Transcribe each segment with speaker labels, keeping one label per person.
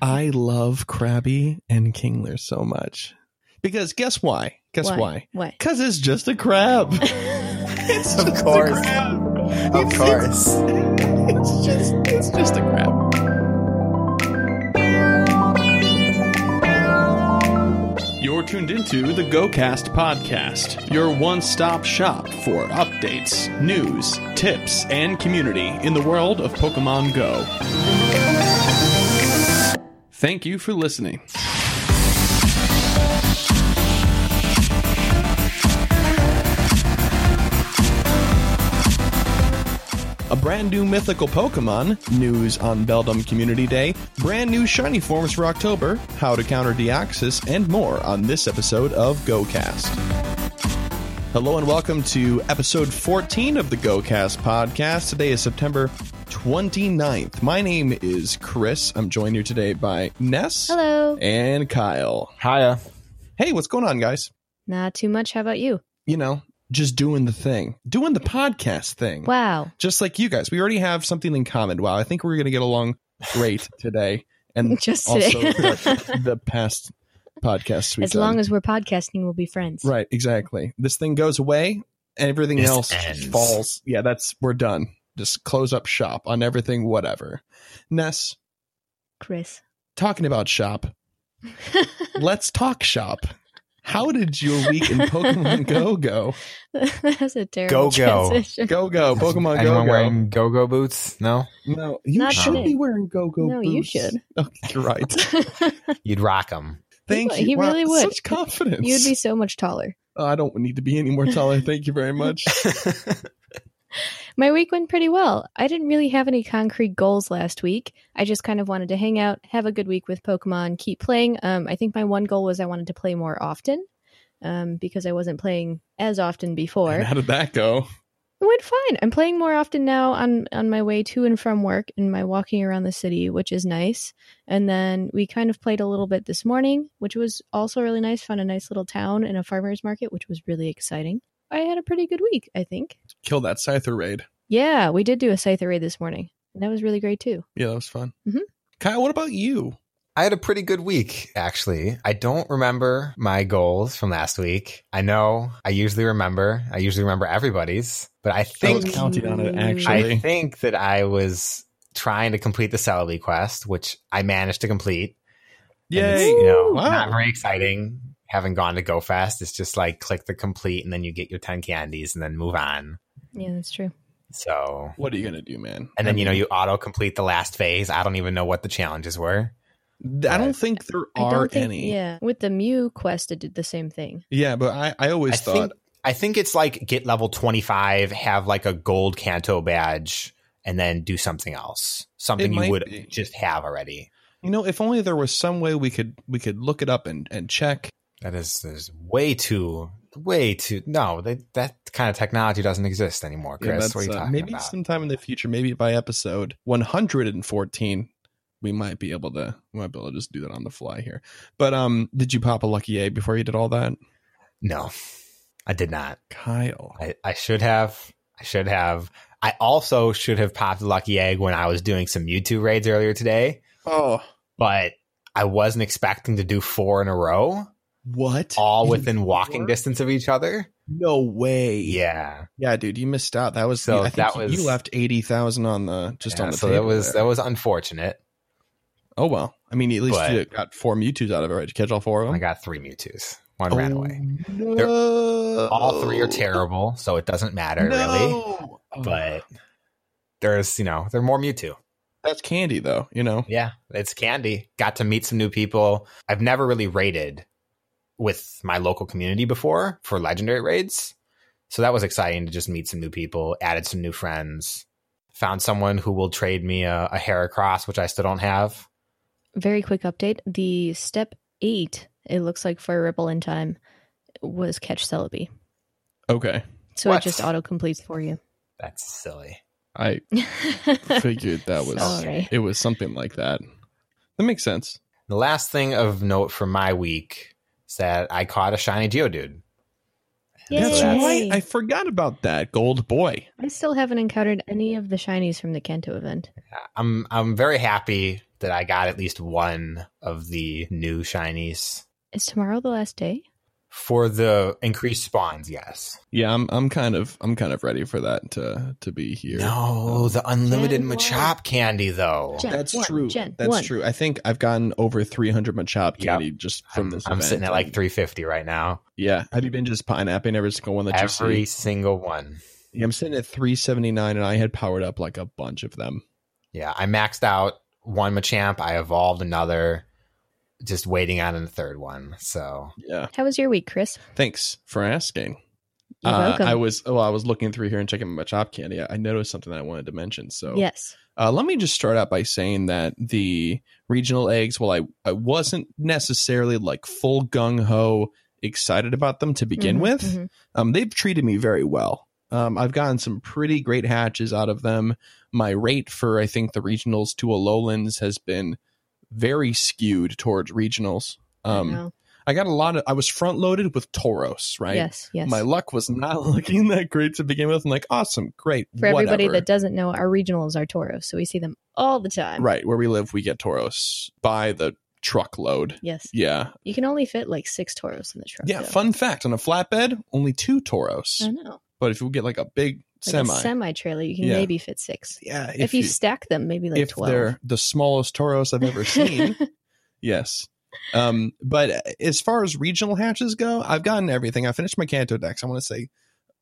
Speaker 1: I love Krabby and Kingler so much. Because guess why? Guess
Speaker 2: What?
Speaker 1: why?
Speaker 2: What?
Speaker 1: Because it's just a crab. it's
Speaker 3: Of
Speaker 1: just
Speaker 3: course.
Speaker 1: a crab.
Speaker 3: Of course.
Speaker 1: It's just it's just a crab. You're tuned into the GoCast podcast, your one-stop shop for updates, news, tips, and community in the world of Pokemon Go. Thank you for listening. a brand new mythical Pokemon, news on Beldum Community Day, brand new shiny forms for October, how to counter Deoxys, and more on this episode of GoCast. Hello and welcome to episode 14 of the GoCast podcast. Today is September 29th. My name is Chris. I'm joined here today by Ness.
Speaker 2: Hello.
Speaker 1: And Kyle.
Speaker 3: Hiya.
Speaker 1: Hey, what's going on, guys?
Speaker 2: Not too much. How about you?
Speaker 1: You know, just doing the thing, doing the podcast thing
Speaker 2: Wow.
Speaker 1: just like you guys. We already have something in common. Wow, I think we're going to get along great today, and
Speaker 2: Just
Speaker 1: also
Speaker 2: today.
Speaker 1: the, the past podcasts we've
Speaker 2: As long
Speaker 1: done.
Speaker 2: as we're podcasting, we'll be friends.
Speaker 1: right, exactly. This thing goes away, and everything
Speaker 3: This
Speaker 1: else just
Speaker 3: ends.
Speaker 1: falls. Yeah, that's we're done. Just close up shop on everything, whatever. Ness,
Speaker 2: Chris.
Speaker 1: talking about shop, let's talk shop. How did your week in Pokemon Go go?
Speaker 2: That's a terrible
Speaker 3: Go, go.
Speaker 2: transition.
Speaker 1: Go go Pokemon Go
Speaker 3: Anyone
Speaker 1: go.
Speaker 3: wearing go-go boots? No,
Speaker 1: no, you
Speaker 2: Not
Speaker 1: should
Speaker 2: today.
Speaker 1: be wearing go go.
Speaker 2: No, you should.
Speaker 1: Okay, you're right.
Speaker 3: you'd rock them.
Speaker 1: Thank
Speaker 2: would-
Speaker 1: you.
Speaker 2: he
Speaker 1: Wow,
Speaker 2: really would.
Speaker 1: Such confidence.
Speaker 2: You'd be so much taller.
Speaker 1: Oh, I don't need to be any more taller. Thank you very much.
Speaker 2: My week went pretty well. I didn't really have any concrete goals last week. I just kind of wanted to hang out, have a good week with Pokemon, keep playing. Um, I think my one goal was I wanted to play more often um, because I wasn't playing as often before.
Speaker 1: And how did that go?
Speaker 2: It went fine. I'm playing more often now on on my way to and from work and my walking around the city, which is nice. And then we kind of played a little bit this morning, which was also really nice. Found a nice little town and a farmers market, which was really exciting. I had a pretty good week, I think.
Speaker 1: Kill that Scyther raid.
Speaker 2: Yeah, we did do a scythe array this morning, and that was really great too.
Speaker 1: Yeah, that was fun.
Speaker 2: Mhm.
Speaker 1: Kyle, what about you?
Speaker 3: I had a pretty good week, actually. I don't remember my goals from last week. I know I usually remember. I usually remember everybody's, but I
Speaker 1: I
Speaker 3: think
Speaker 1: was counting on it,
Speaker 3: I
Speaker 1: actually.
Speaker 3: think that I was trying to complete the Celebi quest, which I managed to complete. And it's,
Speaker 1: Yay.
Speaker 3: you know,
Speaker 1: Wow.
Speaker 3: not very exciting. Having gone to Go Fast, it's just like click the complete, and then you get your ten candies, and then move on.
Speaker 2: Yeah, that's true.
Speaker 3: So,
Speaker 1: What are you going to do, man?
Speaker 3: and then you know you auto complete the last phase. I don't even know what the challenges were.
Speaker 1: know, I don't think there
Speaker 2: I
Speaker 1: are
Speaker 2: don't think.
Speaker 1: any. Yeah,
Speaker 2: Yeah, with the Mew quest, it did the same thing.
Speaker 1: but I, I always
Speaker 3: I
Speaker 1: thought
Speaker 3: think I think it's like get level twenty five, have like a gold Canto badge, and then do something else,
Speaker 1: It
Speaker 3: something
Speaker 1: might
Speaker 3: you would
Speaker 1: be.
Speaker 3: just have already.
Speaker 1: you know if only there was some way we could we could look it up and and check.
Speaker 3: That is, that is way too, way too. No, they, that kind of technology doesn't exist anymore,
Speaker 1: Yeah,
Speaker 3: Chris.
Speaker 1: that's,
Speaker 3: what are you
Speaker 1: uh,
Speaker 3: talking
Speaker 1: maybe
Speaker 3: about?
Speaker 1: sometime in the future, maybe by episode 114, we might be able to we might be able to just do that on the fly here. But um, did you pop a lucky A before you did all that,
Speaker 3: no, I did not.
Speaker 1: Kyle?
Speaker 3: I, I should have. I should have. I also should have popped a lucky egg when I was doing some YouTube raids earlier today,
Speaker 1: Oh,
Speaker 3: but I wasn't expecting to do four in a row,
Speaker 1: What?
Speaker 3: all
Speaker 1: You
Speaker 3: within
Speaker 1: did
Speaker 3: walking
Speaker 1: four?
Speaker 3: distance of each other.
Speaker 1: No way.
Speaker 3: Yeah,
Speaker 1: yeah, dude, you missed out. That was
Speaker 3: So
Speaker 1: I think
Speaker 3: that
Speaker 1: you-
Speaker 3: was-
Speaker 1: you left eighty thousand on the just
Speaker 3: Yeah,
Speaker 1: on the
Speaker 3: so that
Speaker 1: table
Speaker 3: was
Speaker 1: there.
Speaker 3: that was unfortunate.
Speaker 1: oh well. I mean, at least
Speaker 3: But-
Speaker 1: you got four Mewtwo's out of it. Right? Did you catch all four of them? Oh,
Speaker 3: I got three Mewtwo's. One ran away.
Speaker 1: No.
Speaker 3: All three are terrible, so it doesn't matter really.
Speaker 1: No.
Speaker 3: But there's you know there are more Mewtwo.
Speaker 1: that's candy though. You know.
Speaker 3: Yeah, it's candy. Got to meet some new people. I've never really raided with my local community before for legendary raids. So that was exciting to just meet some new people, added some new friends, found someone who will trade me a, a Heracross, which I still don't have.
Speaker 2: Very quick update: the step eight, it looks like for Ripple in time, was catch Celebi,
Speaker 1: Okay.
Speaker 2: so
Speaker 3: What?
Speaker 2: it just auto completes for you.
Speaker 3: That's silly.
Speaker 1: I figured that was
Speaker 2: Sorry.
Speaker 1: it was something like that. That makes sense.
Speaker 3: The last thing of note from my week is that I caught a shiny Geodude.
Speaker 2: Yay.
Speaker 1: That's
Speaker 3: That's-
Speaker 1: right. I forgot about that gold boy.
Speaker 2: I still haven't encountered any of the shinies from the Kanto event.
Speaker 3: I'm I'm very happy that I got at least one of the new shinies.
Speaker 2: Is tomorrow the last day?
Speaker 3: For the increased spawns, yes.
Speaker 1: Yeah, I'm I'm kind of I'm kind of ready for that to to be here. Um,
Speaker 3: No, the unlimited
Speaker 2: Gen one.
Speaker 3: Machop candy though.
Speaker 2: Gen
Speaker 1: That's
Speaker 2: one,
Speaker 1: true.
Speaker 2: Gen
Speaker 1: That's
Speaker 2: one.
Speaker 1: true. I think I've gotten over 300 Machop candy just from
Speaker 3: I'm,
Speaker 1: this.
Speaker 3: I'm
Speaker 1: event.
Speaker 3: sitting at like 350 right now.
Speaker 1: Yeah. Have you been just pineapping every single one that
Speaker 3: Every
Speaker 1: you see?
Speaker 3: single one.
Speaker 1: Yeah, I'm sitting at 379, and I had powered up like a bunch of them.
Speaker 3: Yeah, I maxed out one Machamp. I evolved another, just waiting on a third one. So
Speaker 1: Yeah.
Speaker 2: How was your week, Chris?
Speaker 1: Thanks for asking.
Speaker 2: You're
Speaker 1: Uh,
Speaker 2: welcome.
Speaker 1: I was oh, I was looking through here and checking my Machop candy. I, I noticed something that I wanted to mention. So
Speaker 2: Yes.
Speaker 1: Uh, let me just start out by saying that the regional eggs, while I, I wasn't necessarily like full gung ho excited about them to begin
Speaker 2: Mhm,
Speaker 1: with,
Speaker 2: mhm.
Speaker 1: um, they've treated me very well. Um, I've gotten some pretty great hatches out of them. My rate for, I think, the regionals to lowlands has been very skewed towards regionals.
Speaker 2: I
Speaker 1: Um,
Speaker 2: know.
Speaker 1: I got a lot of, I was front loaded with Tauros, right?
Speaker 2: yes, yes.
Speaker 1: My luck was not looking that great to begin with. I'm like, awesome, great.
Speaker 2: For everybody
Speaker 1: whatever.
Speaker 2: that doesn't know, our regionals are Toros, so we see them all the time.
Speaker 1: Right. Where we live, we get Toros by the truckload.
Speaker 2: Yes.
Speaker 1: Yeah.
Speaker 2: You can only fit like six Toros in the truck.
Speaker 1: Yeah.
Speaker 2: though.
Speaker 1: Fun fact on a flatbed, only two Toros.
Speaker 2: I know.
Speaker 1: But if you get like a big
Speaker 2: Mm-hmm. Like
Speaker 1: semi,
Speaker 2: a semi trailer, you can
Speaker 1: Yeah.
Speaker 2: maybe fit six.
Speaker 1: yeah.
Speaker 2: If, you, stack them, maybe like
Speaker 1: if
Speaker 2: 12.
Speaker 1: they're the smallest Toros I've ever seen, yes. Um, but as far as regional hatches go, I've gotten everything. I finished my Canto decks. I want to say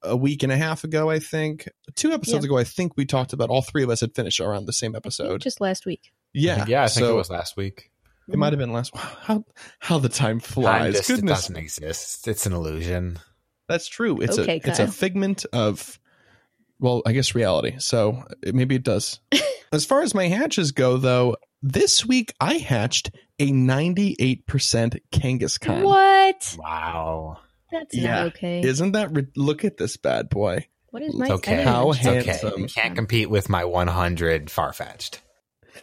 Speaker 1: a week and a half ago, I think. Two episodes ago, I think we talked about all three of us had finished around the same
Speaker 2: Mm-hmm.
Speaker 1: episode.
Speaker 2: Just last week.
Speaker 1: yeah.
Speaker 3: I think- yeah, I think
Speaker 1: so
Speaker 3: it was last week.
Speaker 1: It might have been last. How how the time
Speaker 3: Time
Speaker 1: flies!
Speaker 3: just it
Speaker 1: Goodness,
Speaker 3: doesn't exist. It's an illusion.
Speaker 1: that's true. It's
Speaker 2: Okay,
Speaker 1: a it's a
Speaker 2: Kyle.
Speaker 1: figment of, well, I guess reality. So it, maybe it does. as far as my hatches go, though, this week I hatched a ninety eight percent Kangaskhan.
Speaker 2: What?
Speaker 3: Wow.
Speaker 2: That's
Speaker 1: Yeah.
Speaker 2: not okay.
Speaker 1: Isn't that ri- look at this bad boy?
Speaker 2: what is
Speaker 1: It's
Speaker 2: my I
Speaker 3: okay.
Speaker 2: don't even
Speaker 1: How
Speaker 2: understand.
Speaker 3: It's okay.
Speaker 1: Handsome.
Speaker 3: You can't compete with my 100 far fetched.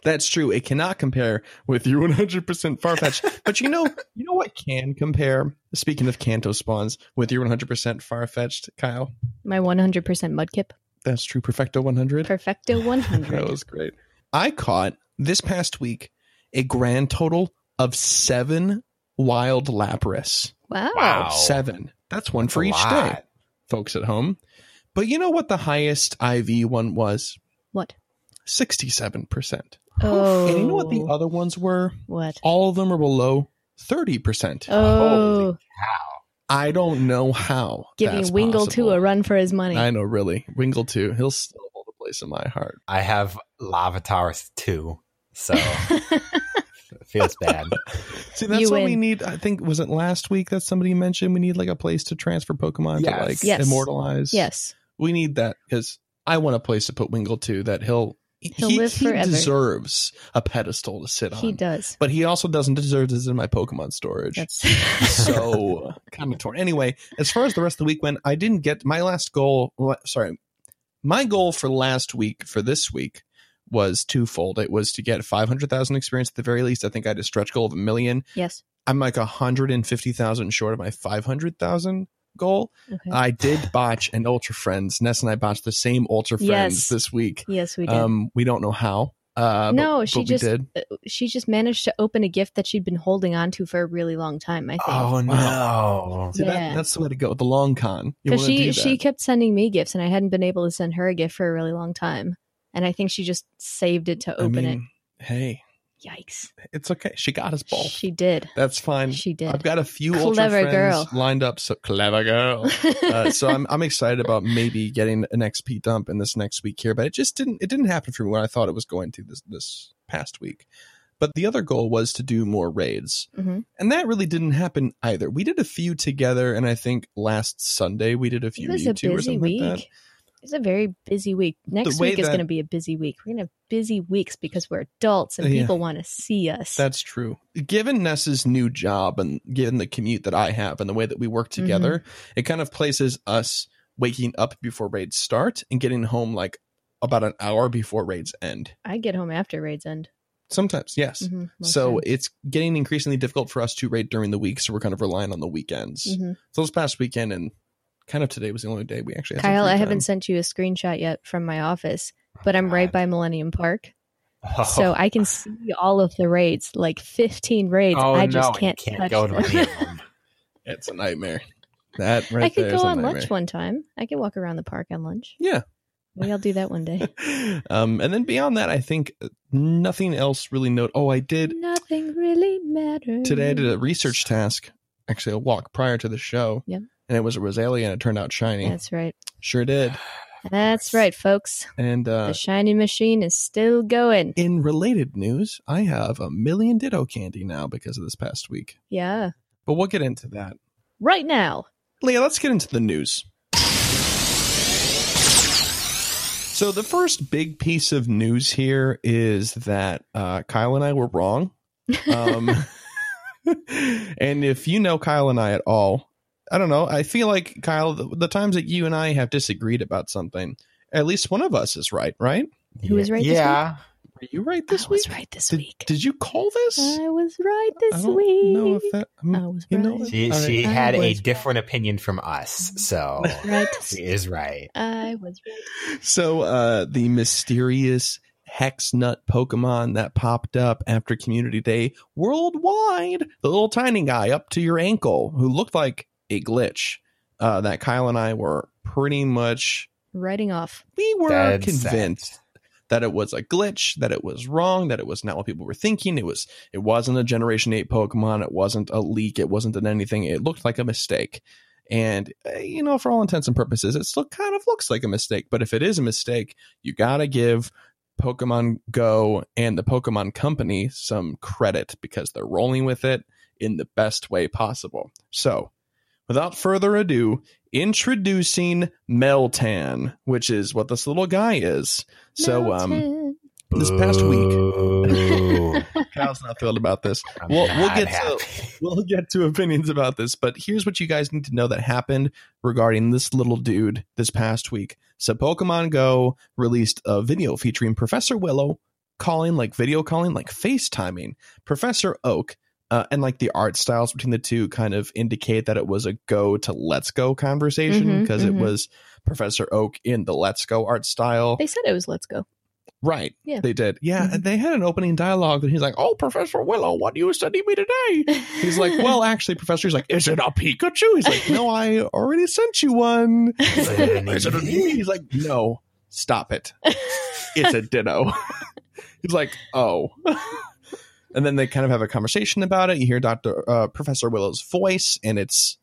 Speaker 1: That's true. It cannot compare with your one hundred percent Farfetch. but you know, you know what can compare. Speaking of Kanto spawns, with your one hundred percent Farfetched, Kyle.
Speaker 2: My 100% Mudkip.
Speaker 1: That's true. Perfecto one hundred.
Speaker 2: Perfecto 100.
Speaker 1: That was great. I caught this past week a grand total of seven wild Lapras.
Speaker 2: Wow.
Speaker 3: Wow.
Speaker 1: Seven. That's one for each day, folks at home. But you know what the highest IV one was?
Speaker 2: What?
Speaker 1: 67%.
Speaker 2: Oh.
Speaker 1: And you know what the other ones were?
Speaker 2: What?
Speaker 1: All of them are below 30%.
Speaker 2: Oh,
Speaker 3: Holy cow.
Speaker 1: I don't know how.
Speaker 2: giving
Speaker 1: that's
Speaker 2: Wingle
Speaker 1: possible.
Speaker 2: two a run for his money.
Speaker 1: I know, really. Wingle 2. He'll still hold a place in my heart.
Speaker 3: I have Lavatars 2, so it feels bad.
Speaker 1: See, that's
Speaker 2: You
Speaker 1: what we
Speaker 2: win.
Speaker 1: need. I think was it last week that somebody mentioned we need like a place to transfer Pokemon
Speaker 3: Yes.
Speaker 1: to like
Speaker 2: Yes.
Speaker 1: immortalize.
Speaker 2: yes.
Speaker 1: we need that because I want a place to put Wingle to that he'll
Speaker 2: He'll
Speaker 1: he,
Speaker 2: live
Speaker 1: he
Speaker 2: forever.
Speaker 1: deserves a pedestal to sit on.
Speaker 2: He does.
Speaker 1: But he also doesn't deserve this in my Pokemon storage.
Speaker 2: That's
Speaker 1: so uh, kind of torn. Anyway, as far as the rest of the week went, I didn't get my last goal. la- Sorry, my goal for last week for this week was twofold. It was to get five hundred thousand experience at the very least. I think I had a stretch goal of a million.
Speaker 2: yes.
Speaker 1: I'm like 150,000 short of my 500,000 goal.
Speaker 2: Okay.
Speaker 1: I did botch an Ultra Friends. Ness and I botched the same Ultra
Speaker 2: Yes.
Speaker 1: Friends this week.
Speaker 2: yes, we did.
Speaker 1: Um, we don't know how. Uh, but-
Speaker 2: no,
Speaker 1: but
Speaker 2: she
Speaker 1: we
Speaker 2: just
Speaker 1: did.
Speaker 2: she just managed to open a gift that she'd been holding on to for a really long time. I think.
Speaker 3: Oh no.
Speaker 1: See, that-
Speaker 2: yeah.
Speaker 1: that's the way to go. The long con. You
Speaker 2: because
Speaker 1: want to
Speaker 2: she
Speaker 1: do
Speaker 2: she
Speaker 1: that.
Speaker 2: kept sending me gifts and I hadn't been able to send her a gift for a really long time. And I think she just saved it to
Speaker 1: I
Speaker 2: open
Speaker 1: mean, Hey,
Speaker 2: it. Yikes!
Speaker 1: it's okay. She got us both.
Speaker 2: She did.
Speaker 1: That's fine.
Speaker 2: She did.
Speaker 1: I've got a few Ultra
Speaker 2: Clever
Speaker 1: Friends
Speaker 2: girl.
Speaker 1: lined up. So clever girl. uh, so I'm I'm excited about maybe getting an XP dump in this next week here, but it just didn't it didn't happen for me when I thought it was going to this this past week. But the other goal was to do more raids,
Speaker 2: Mhm.
Speaker 1: and that really didn't happen either. We did a few together, and I think last Sunday we did a
Speaker 2: It
Speaker 1: few
Speaker 2: was a
Speaker 1: YouTube or
Speaker 2: busy
Speaker 1: something
Speaker 2: week.
Speaker 1: like that.
Speaker 2: It's a very busy week. Next
Speaker 1: way
Speaker 2: week is
Speaker 1: that-
Speaker 2: going to be a busy week. We're going to have busy weeks because we're adults and
Speaker 1: Yeah.
Speaker 2: people want to see us.
Speaker 1: That's true. Given Ness's new job and given the commute that I have and the way that we work
Speaker 2: Mm-hmm.
Speaker 1: together, it kind of places us waking up before raids start and getting home like about an hour before raids end.
Speaker 2: I get home after raids end.
Speaker 1: Sometimes, yes.
Speaker 2: Mhm, most
Speaker 1: So
Speaker 2: times.
Speaker 1: it's getting increasingly difficult for us to rate during the week, so we're kind of relying on the weekends.
Speaker 2: Mhm.
Speaker 1: So this past weekend and kind of today was the only day we actually had some
Speaker 2: Kyle,
Speaker 1: free
Speaker 2: I
Speaker 1: time.
Speaker 2: haven't sent you a screenshot yet from my office, but I'm right by Millennium Park.
Speaker 3: Oh.
Speaker 2: So I can see all of the raids, like 15 raids.
Speaker 3: Oh,
Speaker 2: I
Speaker 3: no,
Speaker 2: just
Speaker 3: you
Speaker 2: can't, touch
Speaker 3: can't go to
Speaker 2: them.
Speaker 3: any of them.
Speaker 1: It's a nightmare. That right
Speaker 2: I could
Speaker 1: there
Speaker 2: go
Speaker 1: is a
Speaker 2: on
Speaker 1: nightmare.
Speaker 2: lunch one time. I could walk around the park on lunch.
Speaker 1: Yeah.
Speaker 2: Maybe I'll do that one day.
Speaker 1: um, and then beyond that, I think uh, nothing else really. Note. Oh, I did
Speaker 2: Nothing really matters.
Speaker 1: today. I did a research task, actually a walk prior to the show.
Speaker 2: Yeah.
Speaker 1: And it was a Rosalia, and it turned out shiny.
Speaker 2: That's right.
Speaker 1: Sure did.
Speaker 2: That's right, folks.
Speaker 1: And
Speaker 2: The
Speaker 1: uh,
Speaker 2: shiny machine is still going.
Speaker 1: in related news, I have a million Ditto candy now because of this past week.
Speaker 2: Yeah.
Speaker 1: But we'll get into that.
Speaker 2: Right now.
Speaker 1: Leah, let's get into the news. So the first big piece of news here is that uh, Kyle and I were wrong. Um, and if you know Kyle and I at all, I don't know. I feel like Kyle, the, the times that you and I have disagreed about something, at least one of us is right. Right?
Speaker 2: Who was right this
Speaker 3: Yeah.
Speaker 1: Were you right this
Speaker 2: I
Speaker 1: week? Uh,
Speaker 2: was right this
Speaker 1: Did,
Speaker 2: week.
Speaker 1: did you call this?
Speaker 2: I was right
Speaker 1: I
Speaker 2: this
Speaker 1: don't
Speaker 2: week.
Speaker 1: know if that. I'm-
Speaker 2: I was
Speaker 1: you
Speaker 2: right.
Speaker 1: know what?
Speaker 3: She,
Speaker 1: All right.
Speaker 3: she
Speaker 2: I
Speaker 3: had a
Speaker 2: was-
Speaker 3: different opinion from us. So
Speaker 2: right.
Speaker 3: she is right.
Speaker 2: I was right.
Speaker 1: So uh the mysterious hex nut Pokemon that popped up after community day worldwide, the little tiny guy up to your ankle who looked like a glitch, uh that Kyle and I were pretty much
Speaker 2: Writing off.
Speaker 1: we were
Speaker 3: Dead set.
Speaker 1: convinced that it was a glitch, that it was wrong, that it was not what people were thinking. It was it wasn't a generation 8 Pokemon, it wasn't a leak, it wasn't an anything. It looked like a mistake. And eh, you know, for all intents and purposes, it still kind of looks like a mistake, but if it is a mistake, you got to give Pokemon Go and the Pokemon Company some credit because they're rolling with it in the best way possible. So, without further ado, introducing Meltan, which is what this little guy is. So, um,
Speaker 2: Mountain.
Speaker 1: this past week,
Speaker 3: Boo.
Speaker 1: Kyle's not thrilled about this.
Speaker 3: I'm
Speaker 1: We'll- we'll
Speaker 3: not
Speaker 1: get to-
Speaker 3: happy.
Speaker 1: We'll get to opinions about this, but here's what you guys need to know that happened regarding this little dude this past week. So, Pokemon Go released a video featuring Professor Willow calling, like video calling, like FaceTiming Professor Oak. Uh, and like the art styles between the two kind of indicate that it was a go to let's go conversation
Speaker 2: Mhm,
Speaker 1: because
Speaker 2: mhm.
Speaker 1: it was Professor Oak in the let's go art style.
Speaker 2: They said it was Let's Go.
Speaker 1: Right.
Speaker 2: Yeah.
Speaker 1: They did. Yeah.
Speaker 2: Mhm.
Speaker 1: and They had an opening dialogue, and he's like, Oh, Professor Willow, what do you study me today? He's like, Well, actually, Professor, he's like, Is it a Pikachu? He's like, No, I already sent you one. He's like, Is it a Eevee? He's like, No, stop it. It's a Ditto. he's like, Oh. and then they kind of have a conversation about it. You hear Dr. Uh, Professor Willow's voice, and it's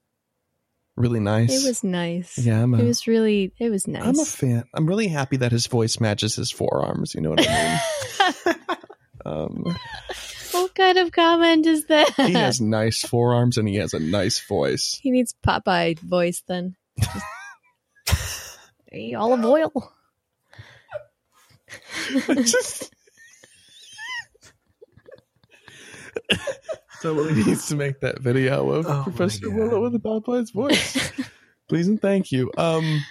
Speaker 1: really nice.
Speaker 2: It was nice.
Speaker 1: yeah, I'm a,
Speaker 2: It was really, it was nice.
Speaker 1: I'm a fan. I'm really happy that his voice matches his forearms. You know what I mean? Um,
Speaker 2: what kind of comment is that?
Speaker 1: he has nice forearms and he has a nice voice.
Speaker 2: He needs Popeye voice then. Hey, olive oil.
Speaker 1: Somebody needs to make that video of
Speaker 3: Oh my
Speaker 1: Professor
Speaker 3: God.
Speaker 1: Willow with a Popeye's voice. Please and thank you. Um,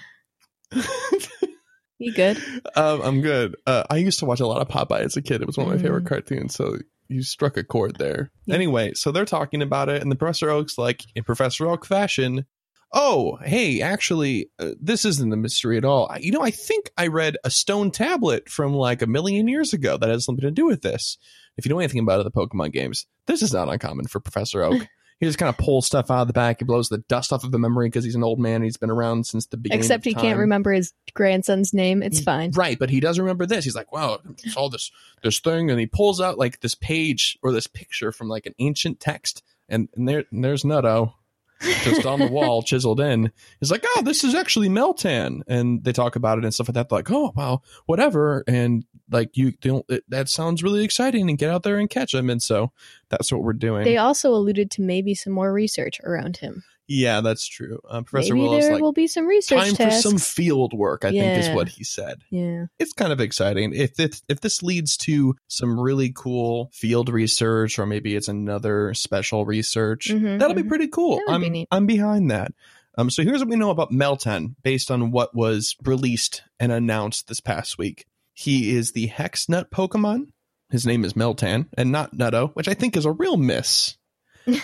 Speaker 2: You good?
Speaker 1: um, I'm good. Uh, I used to watch a lot of Popeye as a kid. It was one of my favorite
Speaker 2: Mm.
Speaker 1: cartoons. So you struck a chord there.
Speaker 2: Yeah.
Speaker 1: Anyway, so they're talking about it, and the Professor Oak's like, in Professor Oak fashion, oh, hey, actually, uh, this isn't a mystery at all. I, you know, I think I read a stone tablet from like a million years ago that has something to do with this. If you know anything about other Pokemon games, this is not uncommon for Professor Oak. He just kind of pulls stuff out of the back. He blows the dust off of the memory because he's an old man. He's been around since the beginning.
Speaker 2: Except
Speaker 1: of
Speaker 2: he can't
Speaker 1: time.
Speaker 2: remember his grandson's name. It's fine.
Speaker 1: Right, but he does remember this. He's like, "Wow, I saw this this thing," and he pulls out like this page or this picture from like an ancient text, and, and there and there's Nutto just on the wall, chiseled in. He's like, "Oh, this is actually Meltan," and they talk about it and stuff like that. Like, "Oh, wow, whatever," and like you don't. It, that sounds really exciting, and get out there and catch him. And so that's what we're doing.
Speaker 2: They also alluded to maybe some more research around him.
Speaker 1: yeah, that's true. Um, Professor
Speaker 2: maybe
Speaker 1: Willow's
Speaker 2: there
Speaker 1: like,
Speaker 2: will be some research
Speaker 1: "Time
Speaker 2: tasks.
Speaker 1: for some field work," I think
Speaker 2: Yeah.
Speaker 1: is what he said.
Speaker 2: yeah.
Speaker 1: it's kind of exciting if this if this leads to some really cool field research or maybe it's another special research
Speaker 2: Mhm,
Speaker 1: that'll
Speaker 2: mhm.
Speaker 1: be pretty cool
Speaker 2: That would
Speaker 1: i'm
Speaker 2: be neat.
Speaker 1: i'm behind that um so here's what we know about melton based on what was released and announced this past week he is the hex nut pokemon his name is meltan and not nutto which i think is a real miss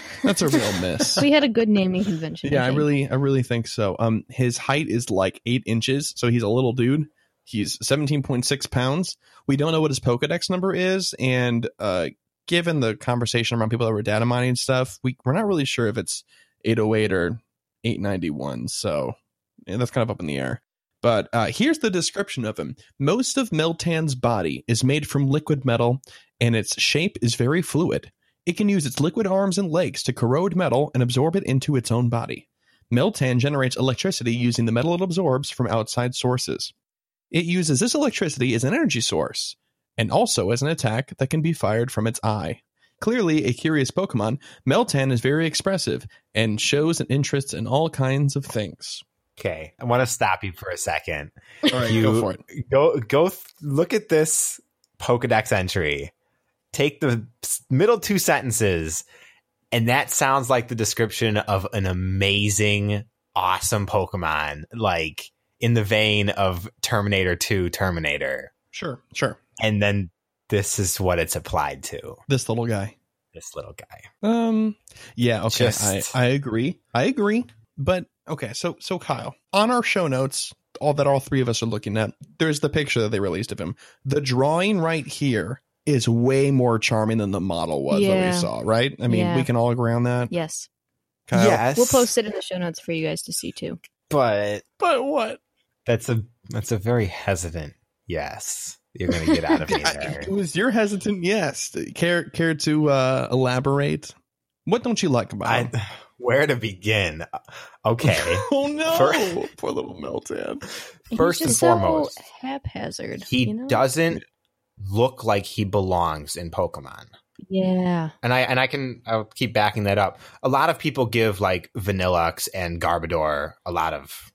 Speaker 1: that's a real miss
Speaker 2: We had a good naming convention.
Speaker 1: yeah, I
Speaker 2: think.
Speaker 1: really, I really think so. Um, his height is like eight inches, so he's a little dude. He's 17.6 pounds. We don't know what his Pokedex number is, and uh, given the conversation around people that were data mining and stuff, we we're not really sure if it's 808 or 891. So yeah, that's kind of up in the air. But uh, here's the description of him. Most of Meltan's body is made from liquid metal, and its shape is very fluid. It can use its liquid arms and legs to corrode metal and absorb it into its own body. Meltan generates electricity using the metal it absorbs from outside sources. It uses this electricity as an energy source and also as an attack that can be fired from its eye. Clearly, a curious Pokemon, Meltan is very expressive and shows an interest in all kinds of things.
Speaker 3: Okay, I want to stop you for a second.
Speaker 1: All right,
Speaker 3: You-
Speaker 1: go for it.
Speaker 3: Go go th- look at this Pokedex entry. Take the s- middle two sentences, and that sounds like the description of an amazing, awesome Pokemon, like in the vein of Terminator Two, Terminator.
Speaker 1: Sure, sure.
Speaker 3: And then this is what it's applied to.
Speaker 1: This little guy.
Speaker 3: This little guy.
Speaker 1: Um. Yeah. Okay.
Speaker 3: Just-
Speaker 1: I I agree. I agree. But okay. So so Kyle, on our show notes, all that all three of us are looking at, there's the picture that they released of him. The drawing right here is way more charming than the model was that
Speaker 2: Yeah.
Speaker 1: we saw. Right. I mean,
Speaker 2: Yeah.
Speaker 1: we can all agree on that.
Speaker 2: Yes.
Speaker 1: Kyle.
Speaker 3: Yes,
Speaker 2: We'll post it in the show notes for you guys to see too.
Speaker 3: but
Speaker 1: But what?
Speaker 3: that's a that's a very hesitant yes. You're gonna get out of me
Speaker 1: I,
Speaker 3: there.
Speaker 1: it was your hesitant yes. Care care to uh, elaborate? What don't you like about him?
Speaker 3: I, where to begin? Okay.
Speaker 1: Oh no!
Speaker 3: For-
Speaker 1: Poor little Meltan.
Speaker 3: First
Speaker 2: He's
Speaker 3: and
Speaker 2: just so
Speaker 3: foremost,
Speaker 2: haphazard.
Speaker 3: he
Speaker 2: you know?
Speaker 3: doesn't look like he belongs in Pokemon.
Speaker 2: Yeah.
Speaker 3: And I and I can I'll keep backing that up. A lot of people give like Vanillux and Garbodor a lot of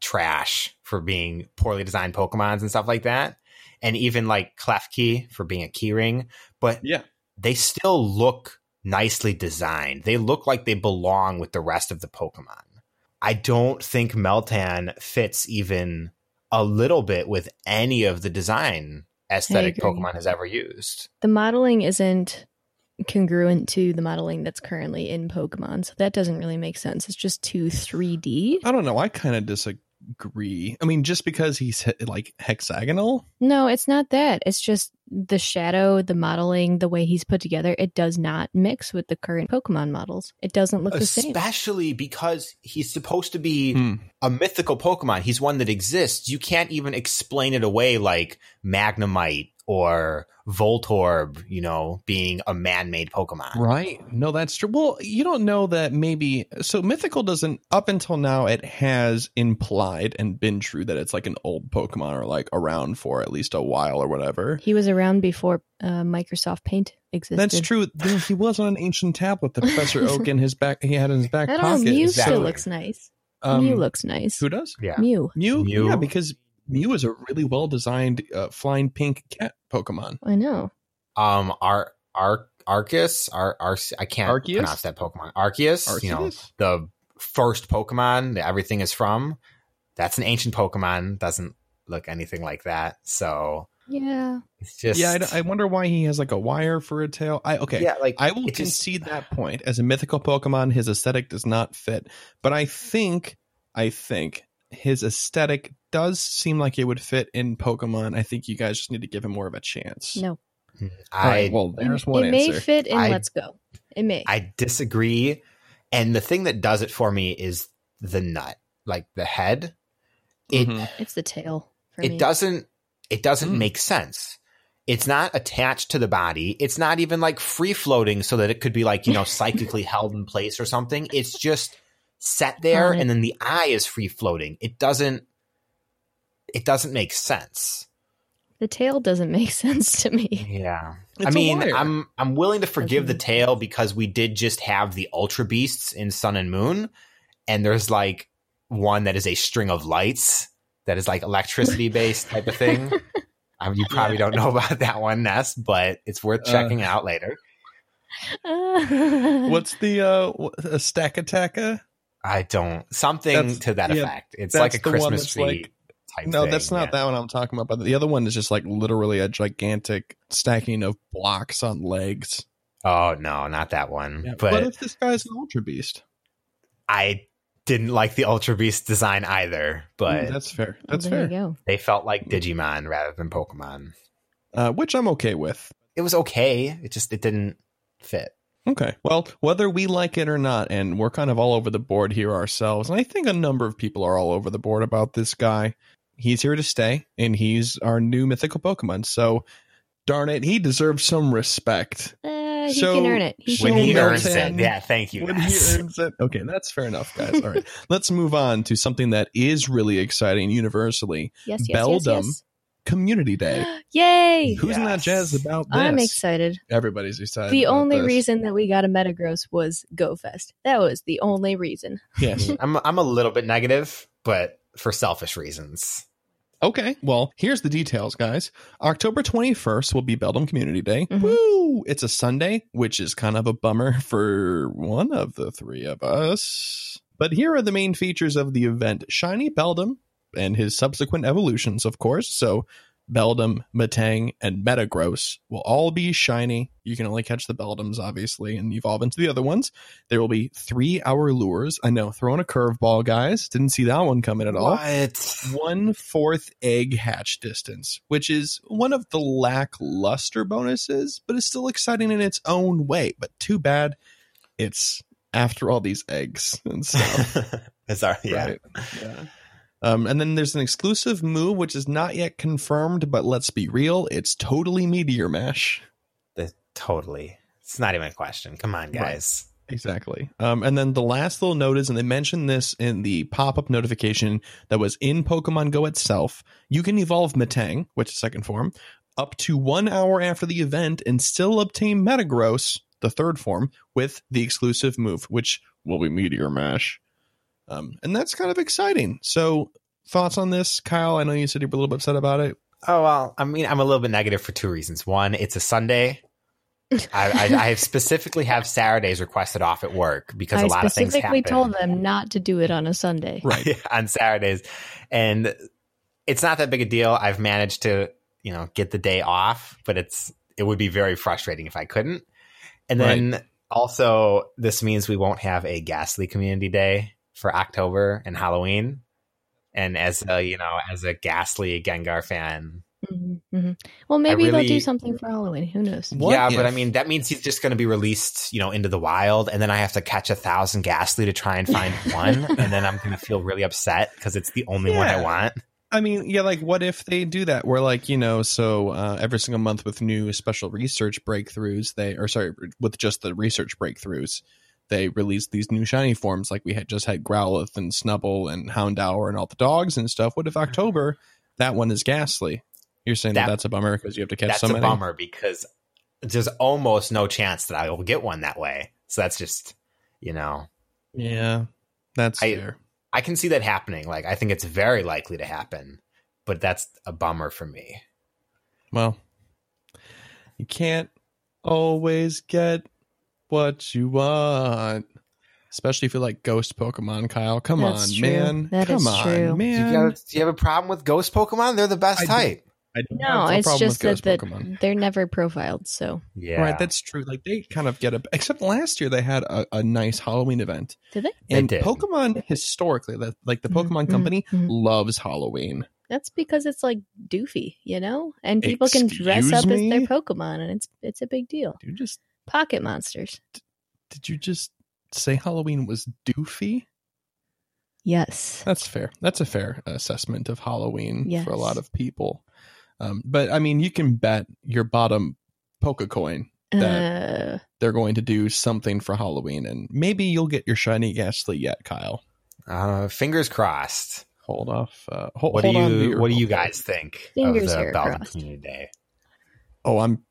Speaker 3: trash for being poorly designed Pokemons and stuff like that. And even like Klefki for being a keyring. But
Speaker 1: Yeah.
Speaker 3: they still look nicely designed. They look like they belong with the rest of the Pokemon. I don't think Meltan fits even a little bit with any of the design aesthetic
Speaker 2: agree.
Speaker 3: Pokemon has ever used.
Speaker 2: The modeling isn't congruent to the modeling that's currently in Pokemon, so that doesn't really make sense. It's just too 3D.
Speaker 1: I don't know. I kind of disagree. I mean, just because he's he- like hexagonal.
Speaker 2: No, it's not that. It's just the shadow, the modeling, the way he's put together, it does not mix with the current Pokemon models. It doesn't look the same.
Speaker 3: Especially because he's supposed to be
Speaker 1: Hmm.
Speaker 3: a mythical Pokemon. He's one that exists. You can't even explain it away like Magnemite or Voltorb, you know, being a man made Pokemon.
Speaker 1: Right. No, that's true. Well, you don't know that maybe. So, mythical doesn't, up until now, it has implied and been true that it's like an old Pokemon or like around for at least a while or whatever.
Speaker 2: He was around before uh, Microsoft Paint existed.
Speaker 1: That's true. Though He was on an ancient tablet that Professor Oak in his back he had in his back
Speaker 2: I don't know.
Speaker 1: pocket.
Speaker 2: Mew
Speaker 3: exactly.
Speaker 2: still looks nice.
Speaker 1: Um,
Speaker 2: Mew looks nice.
Speaker 1: Who does?
Speaker 3: Yeah.
Speaker 2: Mew.
Speaker 1: Mew?
Speaker 3: Mew.
Speaker 1: Yeah, because Mew is a really well designed uh, flying pink cat Pokemon.
Speaker 2: I know.
Speaker 3: um Ar Ar Arceus, Ar, Ar I can't
Speaker 1: Arceus?
Speaker 3: pronounce that Pokemon. Arceus, you know,
Speaker 1: Arceus?
Speaker 3: the first Pokemon that everything is from. That's an ancient Pokemon, doesn't look anything like that. So
Speaker 2: Yeah.
Speaker 3: it's just
Speaker 1: yeah, I d- I, wonder why he has like a wire for a tail. I okay.
Speaker 3: yeah, like
Speaker 1: I will
Speaker 3: it just-
Speaker 1: concede that point. As a mythical Pokemon, his aesthetic does not fit. But I think, I think his aesthetic does seem like it would fit in Pokemon. I think you guys just need to give him more of a chance.
Speaker 2: No.
Speaker 1: All right,
Speaker 3: I
Speaker 1: well, there's one
Speaker 2: it
Speaker 1: answer.
Speaker 2: may fit in
Speaker 3: I-
Speaker 2: Let's Go. It may.
Speaker 3: I disagree. And the thing that does it for me is the nut, like the head. It
Speaker 1: Mhm.
Speaker 2: it's the tail. For
Speaker 3: it
Speaker 2: me.
Speaker 3: doesn't it doesn't
Speaker 1: Mm.
Speaker 3: make sense it's not attached to the body it's not even like free floating so that it could be like you know psychically held in place or something it's just set there
Speaker 2: Got it.
Speaker 3: and then the eye is free floating it doesn't it doesn't make sense
Speaker 2: The tail doesn't make sense to me.
Speaker 3: yeah
Speaker 1: It's
Speaker 3: i
Speaker 1: a
Speaker 3: mean
Speaker 1: wire.
Speaker 3: i'm i'm willing to forgive the
Speaker 2: Doesn't-
Speaker 3: tail because we did just have the ultra beasts in sun and moon and there's like one that is a string of lights that is like electricity based type of thing Um, you probably don't know about that one, Ness, but it's worth
Speaker 1: Uh,
Speaker 3: checking out later.
Speaker 2: What's
Speaker 1: What's the uh wh- a stack attacka?
Speaker 3: I don't something
Speaker 1: That's-
Speaker 3: to that
Speaker 1: yeah,
Speaker 3: effect. It's
Speaker 1: that's
Speaker 3: like a
Speaker 1: the one
Speaker 3: Christmas
Speaker 1: that's
Speaker 3: tree
Speaker 1: like-
Speaker 3: type.
Speaker 1: No,
Speaker 3: thing,
Speaker 1: that's not
Speaker 3: yeah.
Speaker 1: that one I'm talking about. But the other one is just like literally a gigantic stacking of blocks on legs.
Speaker 3: Oh no, not that one.
Speaker 1: But
Speaker 3: But
Speaker 1: if this guy's an ultra beast?
Speaker 3: I didn't like the Ultra Beast design either, but
Speaker 1: Mm, that's Mm. fair.
Speaker 2: Well,
Speaker 1: That's
Speaker 2: there
Speaker 1: fair.
Speaker 2: you go.
Speaker 3: they felt like Digimon rather than Pokemon.
Speaker 1: Uh, which I'm okay with.
Speaker 3: It was okay. It just it didn't fit.
Speaker 1: Okay. Well, whether we like it or not, and we're kind of all over the board here ourselves, and I think a number of people are all over the board about this guy. He's here to stay, and he's our new mythical Pokemon. So, darn it, he deserves some respect.
Speaker 2: Uh, he
Speaker 1: So,
Speaker 2: can earn it. He
Speaker 1: So
Speaker 3: when
Speaker 2: can
Speaker 3: he
Speaker 2: earn
Speaker 3: earns
Speaker 2: it.
Speaker 1: Milton-
Speaker 3: it, yeah. Thank you.
Speaker 1: When
Speaker 3: guys.
Speaker 1: he earns it. Okay, that's fair enough, guys. All right. Let's move on to something that is really exciting universally
Speaker 2: Yes, yes, yes,
Speaker 1: Beldum. eh,
Speaker 2: yes.
Speaker 1: Community Day.
Speaker 2: Yay!
Speaker 1: Who's not
Speaker 3: Yes.
Speaker 1: jazzed about this?
Speaker 2: I'm excited.
Speaker 1: Everybody's excited.
Speaker 2: The
Speaker 1: about
Speaker 2: only
Speaker 1: this.
Speaker 2: reason that we got a Metagross was GoFest. That was the only reason.
Speaker 1: Yes.
Speaker 3: I'm I'm a little bit negative, but for selfish reasons.
Speaker 1: Okay, well, here's the details, guys. October 21st will be Beldam Community Day.
Speaker 2: Mhm.
Speaker 1: Woo! It's a Sunday, which is kind of a bummer for one of the three of us. But here are the main features of the event Shiny Beldam and his subsequent evolutions, of course. So, Beldam, Matang, and Metagross will all be shiny. You can only catch the Beldams, obviously, and evolve into the other ones. There will be three hour lures. I know, throwing a curveball, guys. Didn't see that one coming at all
Speaker 3: What?
Speaker 1: one fourth egg hatch distance, which is one of the lackluster bonuses, but is still exciting in its own way. But too bad it's after all these eggs and stuff.
Speaker 3: Sorry. Yeah.
Speaker 1: Right. Yeah. Um, and then there's an exclusive move which is not yet confirmed, but let's be real, it's totally meteor mash.
Speaker 3: The- totally. It's not even a question. Come on,
Speaker 1: Right.
Speaker 3: guys.
Speaker 1: Exactly. Um, and then the last little note is, and they mentioned this in the pop up notification that was in Pokemon Go itself. You can evolve Metang, which is second form, up to one hour after the event and still obtain Metagross, the third form, with the exclusive move, which will be Meteor Mash. Um, and that's kind of exciting. So, thoughts on this, Kyle? I know you said you were a little bit upset about it.
Speaker 3: Oh well. I mean, I'm a little bit negative for two reasons. One, it's a Sunday. I, I, I specifically have Saturdays requested off at work because a
Speaker 2: I
Speaker 3: lot of things happen.
Speaker 2: specifically told them not to do it on a Sunday.
Speaker 1: Right.
Speaker 3: on Saturdays. And it's not that big a deal. I've managed to, you know, get the day off, but it's it would be very frustrating if I couldn't. And then also this means we won't have a ghastly community day for October and Halloween. And as a, you know, as a ghastly Gengar fan.
Speaker 2: Mhm, mhm. Well, maybe they'll do
Speaker 3: really-
Speaker 2: something for Halloween. Who knows?
Speaker 1: What
Speaker 3: yeah,
Speaker 1: if-
Speaker 3: but I mean that means he's just gonna be released, you know, into the wild, and then I have to catch a thousand ghastly to try and find one, and then I'm gonna feel really upset because it's the only one
Speaker 1: Yeah.
Speaker 3: I want.
Speaker 1: I mean, yeah, like what if they do that? Where like you know, so uh, every single month with new special research breakthroughs, they or sorry, with just the research breakthroughs, they release these new shiny forms. Like we had just had Growlithe and Snubble and Houndour and all the dogs and stuff. What if October that one is Ghastly? You're saying that,
Speaker 3: Mm-hmm. That-
Speaker 1: that's a bummer because you have to catch
Speaker 3: that's
Speaker 1: so
Speaker 3: a
Speaker 1: many.
Speaker 3: bummer because there's almost no chance that I will get one that way. So that's just, you know,
Speaker 1: Yeah, that's
Speaker 3: I-
Speaker 1: fair.
Speaker 3: I can see that happening. Like I think it's very likely to happen, but that's a bummer for me.
Speaker 1: Well, you can't always get what you want. Especially if you like ghost Pokemon, Kyle. Come
Speaker 2: That's
Speaker 1: on,
Speaker 2: true.
Speaker 1: man.
Speaker 2: That
Speaker 1: Come
Speaker 2: is
Speaker 1: on,
Speaker 2: true.
Speaker 3: Do you,
Speaker 1: man.
Speaker 3: have, do you have a problem with ghost Pokemon? They're the best
Speaker 1: I do.
Speaker 3: type.
Speaker 1: I don't
Speaker 2: No,
Speaker 1: have a
Speaker 2: it's
Speaker 1: problem
Speaker 2: just that
Speaker 1: with
Speaker 2: the,
Speaker 1: ghost Pokemon.
Speaker 2: they're never profiled. So
Speaker 3: Yeah.
Speaker 1: Right, that's true. Like they kind of get a except last year they had a, a nice Halloween event.
Speaker 2: did they?
Speaker 3: They
Speaker 1: And
Speaker 3: did.
Speaker 1: Pokemon historically, that like the
Speaker 2: Mhm,
Speaker 1: Pokemon
Speaker 2: mhm,
Speaker 1: company
Speaker 2: mhm.
Speaker 1: loves Halloween.
Speaker 2: That's because it's like doofy, you know, and people can dress
Speaker 1: Excuse
Speaker 2: up
Speaker 1: me?
Speaker 2: as their Pokemon, and it's it's a big deal.
Speaker 1: Did you just
Speaker 2: Pocket monsters.
Speaker 1: did you just say Halloween was doofy?
Speaker 2: Yes.
Speaker 1: That's fair. That's a fair assessment of Halloween
Speaker 2: Yes.
Speaker 1: for a lot of people. Um, but I mean, you can bet your bottom poker coin
Speaker 2: Uh,
Speaker 1: they're going to do something for Halloween, and maybe you'll get your shiny ghastly yet, Kyle.
Speaker 3: Uh, fingers crossed.
Speaker 1: Hold off. Uh, hol-
Speaker 3: What do
Speaker 1: hold on to
Speaker 3: you
Speaker 1: your-
Speaker 3: What do you guys think
Speaker 2: Fingers
Speaker 3: of
Speaker 2: are
Speaker 3: the Baldwin
Speaker 2: crossed.
Speaker 3: Community Day?
Speaker 1: Oh, I'm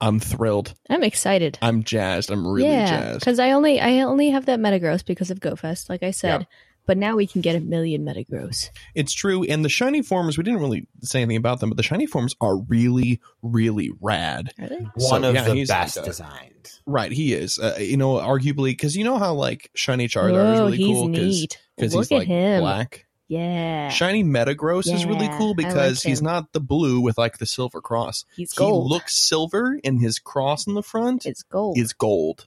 Speaker 1: I'm thrilled.
Speaker 2: I'm excited.
Speaker 1: I'm jazzed. I'm really
Speaker 2: yeah,
Speaker 1: jazzed.
Speaker 2: because I only I only have that Metagross because of GoFest, like I said. But now we can get a million Metagross.
Speaker 1: It's true. And the shiny forms, we didn't really say anything about them, but the shiny forms are really, really rad.
Speaker 2: Are they?
Speaker 1: So,
Speaker 3: One of
Speaker 1: yeah,
Speaker 3: the
Speaker 1: he's like
Speaker 3: best
Speaker 1: a-
Speaker 3: designed.
Speaker 1: Right, he is. Uh, you know, arguably, because you know how like shiny Charizard is
Speaker 2: Whoa,
Speaker 1: really
Speaker 2: he's
Speaker 1: cool
Speaker 2: neat.
Speaker 1: because
Speaker 2: Look
Speaker 1: he's
Speaker 2: at
Speaker 1: like
Speaker 2: him.
Speaker 1: black.
Speaker 2: Yeah,
Speaker 1: Shiny Metagross is really
Speaker 2: Yeah, I
Speaker 1: cool
Speaker 2: like
Speaker 1: because he's
Speaker 2: him.
Speaker 1: not the blue with like the silver cross.
Speaker 2: he's
Speaker 1: he
Speaker 2: gold.
Speaker 1: looks silver, and his cross in the front
Speaker 2: it's gold.
Speaker 1: is gold.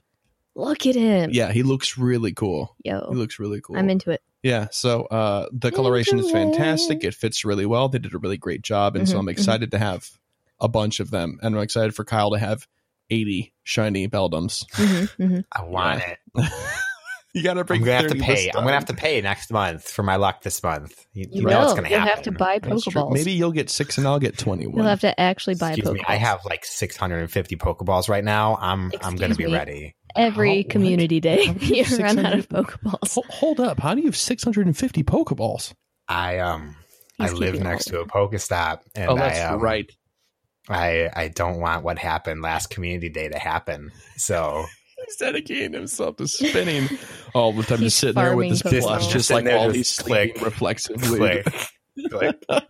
Speaker 2: Look at him.
Speaker 1: Yeah, he looks really cool. He
Speaker 2: Yo,
Speaker 1: looks really cool.
Speaker 2: I'm into it.
Speaker 1: Yeah, so uh, the
Speaker 2: Into
Speaker 1: coloration is
Speaker 2: it.
Speaker 1: fantastic. It fits really well. They did a really great job, and so
Speaker 2: Mhm,
Speaker 1: I'm excited to have a bunch of them, and I'm excited for Kyle to have 80 shiny Beldums.
Speaker 2: Mm-hmm, mm-hmm.
Speaker 3: I want it.
Speaker 1: You gotta
Speaker 3: I'm
Speaker 1: bring.
Speaker 3: gonna have
Speaker 1: 30
Speaker 3: to
Speaker 1: this
Speaker 3: pay. I'm gonna
Speaker 1: time.
Speaker 3: have to pay next month for my luck this month. You,
Speaker 2: You,
Speaker 3: you
Speaker 2: will.
Speaker 3: know it's gonna
Speaker 2: You'll
Speaker 3: happen.
Speaker 2: have to buy
Speaker 1: That's true.
Speaker 2: Pokeballs.
Speaker 1: Maybe you'll get six, and I'll get 21.
Speaker 2: You'll have to actually buy
Speaker 3: Excuse
Speaker 2: Pokeballs.
Speaker 3: me. I have like 650 Pokeballs right now. I'm I'm gonna
Speaker 2: Excuse
Speaker 3: be
Speaker 2: me.
Speaker 3: ready.
Speaker 1: How-
Speaker 2: every
Speaker 1: what?
Speaker 2: community day.
Speaker 1: How do you
Speaker 2: you
Speaker 1: have
Speaker 2: run out
Speaker 1: 600?
Speaker 2: of Pokeballs.
Speaker 1: Ho- Hold up! How do you have 650 Pokeballs?
Speaker 3: I um
Speaker 2: He's
Speaker 3: I live
Speaker 2: keeping
Speaker 3: next
Speaker 2: all
Speaker 3: to a
Speaker 2: of
Speaker 3: Pokestop, and
Speaker 1: oh,
Speaker 3: I
Speaker 1: that's
Speaker 3: um,
Speaker 1: right.
Speaker 3: I I don't want what happened last community day to happen. So
Speaker 1: He's dedicating himself to spinning all the time.
Speaker 2: He's
Speaker 1: just sitting there with
Speaker 2: farming
Speaker 1: his
Speaker 2: Pokeballs.
Speaker 1: plus,
Speaker 2: Just
Speaker 1: just
Speaker 3: sitting
Speaker 1: like
Speaker 3: there,
Speaker 1: all
Speaker 3: just
Speaker 1: these
Speaker 3: click,
Speaker 1: sleeping reflexively.
Speaker 3: click, click.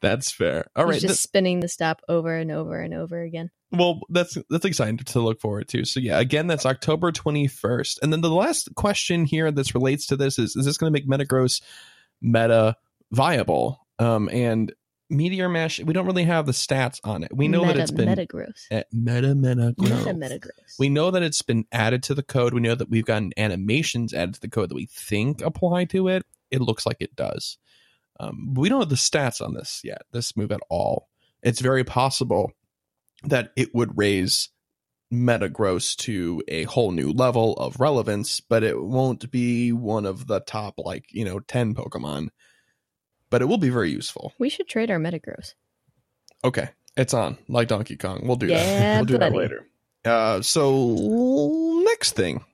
Speaker 1: that's fair. All
Speaker 2: He's
Speaker 1: right.
Speaker 2: just spinning the stop over and over and over again.
Speaker 1: th- well, that's that's exciting to look forward to. So yeah, again, that's October twenty first. And then the last question here that relates to this is: Is this going to make Metagross meta viable? Um, and Meteor Mash, we don't really have the stats on it. We know
Speaker 2: meta,
Speaker 1: that it's been
Speaker 2: meta gross.
Speaker 1: at meta meta
Speaker 2: Meta meta gross.
Speaker 1: we know that it's been added to the code. We know that we've gotten animations added to the code that we think apply to it. It looks like it does. Um, we don't have the stats on this yet, this move at all. It's very possible that it would raise Metagross to a whole new level of relevance, but it won't be one of the top, like, you know, 10 Pokemon. But it will be very useful.
Speaker 2: we should trade our meta gross.
Speaker 1: Okay, it's on like Donkey Kong. We'll do that.
Speaker 2: Yeah,
Speaker 1: We'll do that
Speaker 2: buddy.
Speaker 1: later. Uh, so next thing.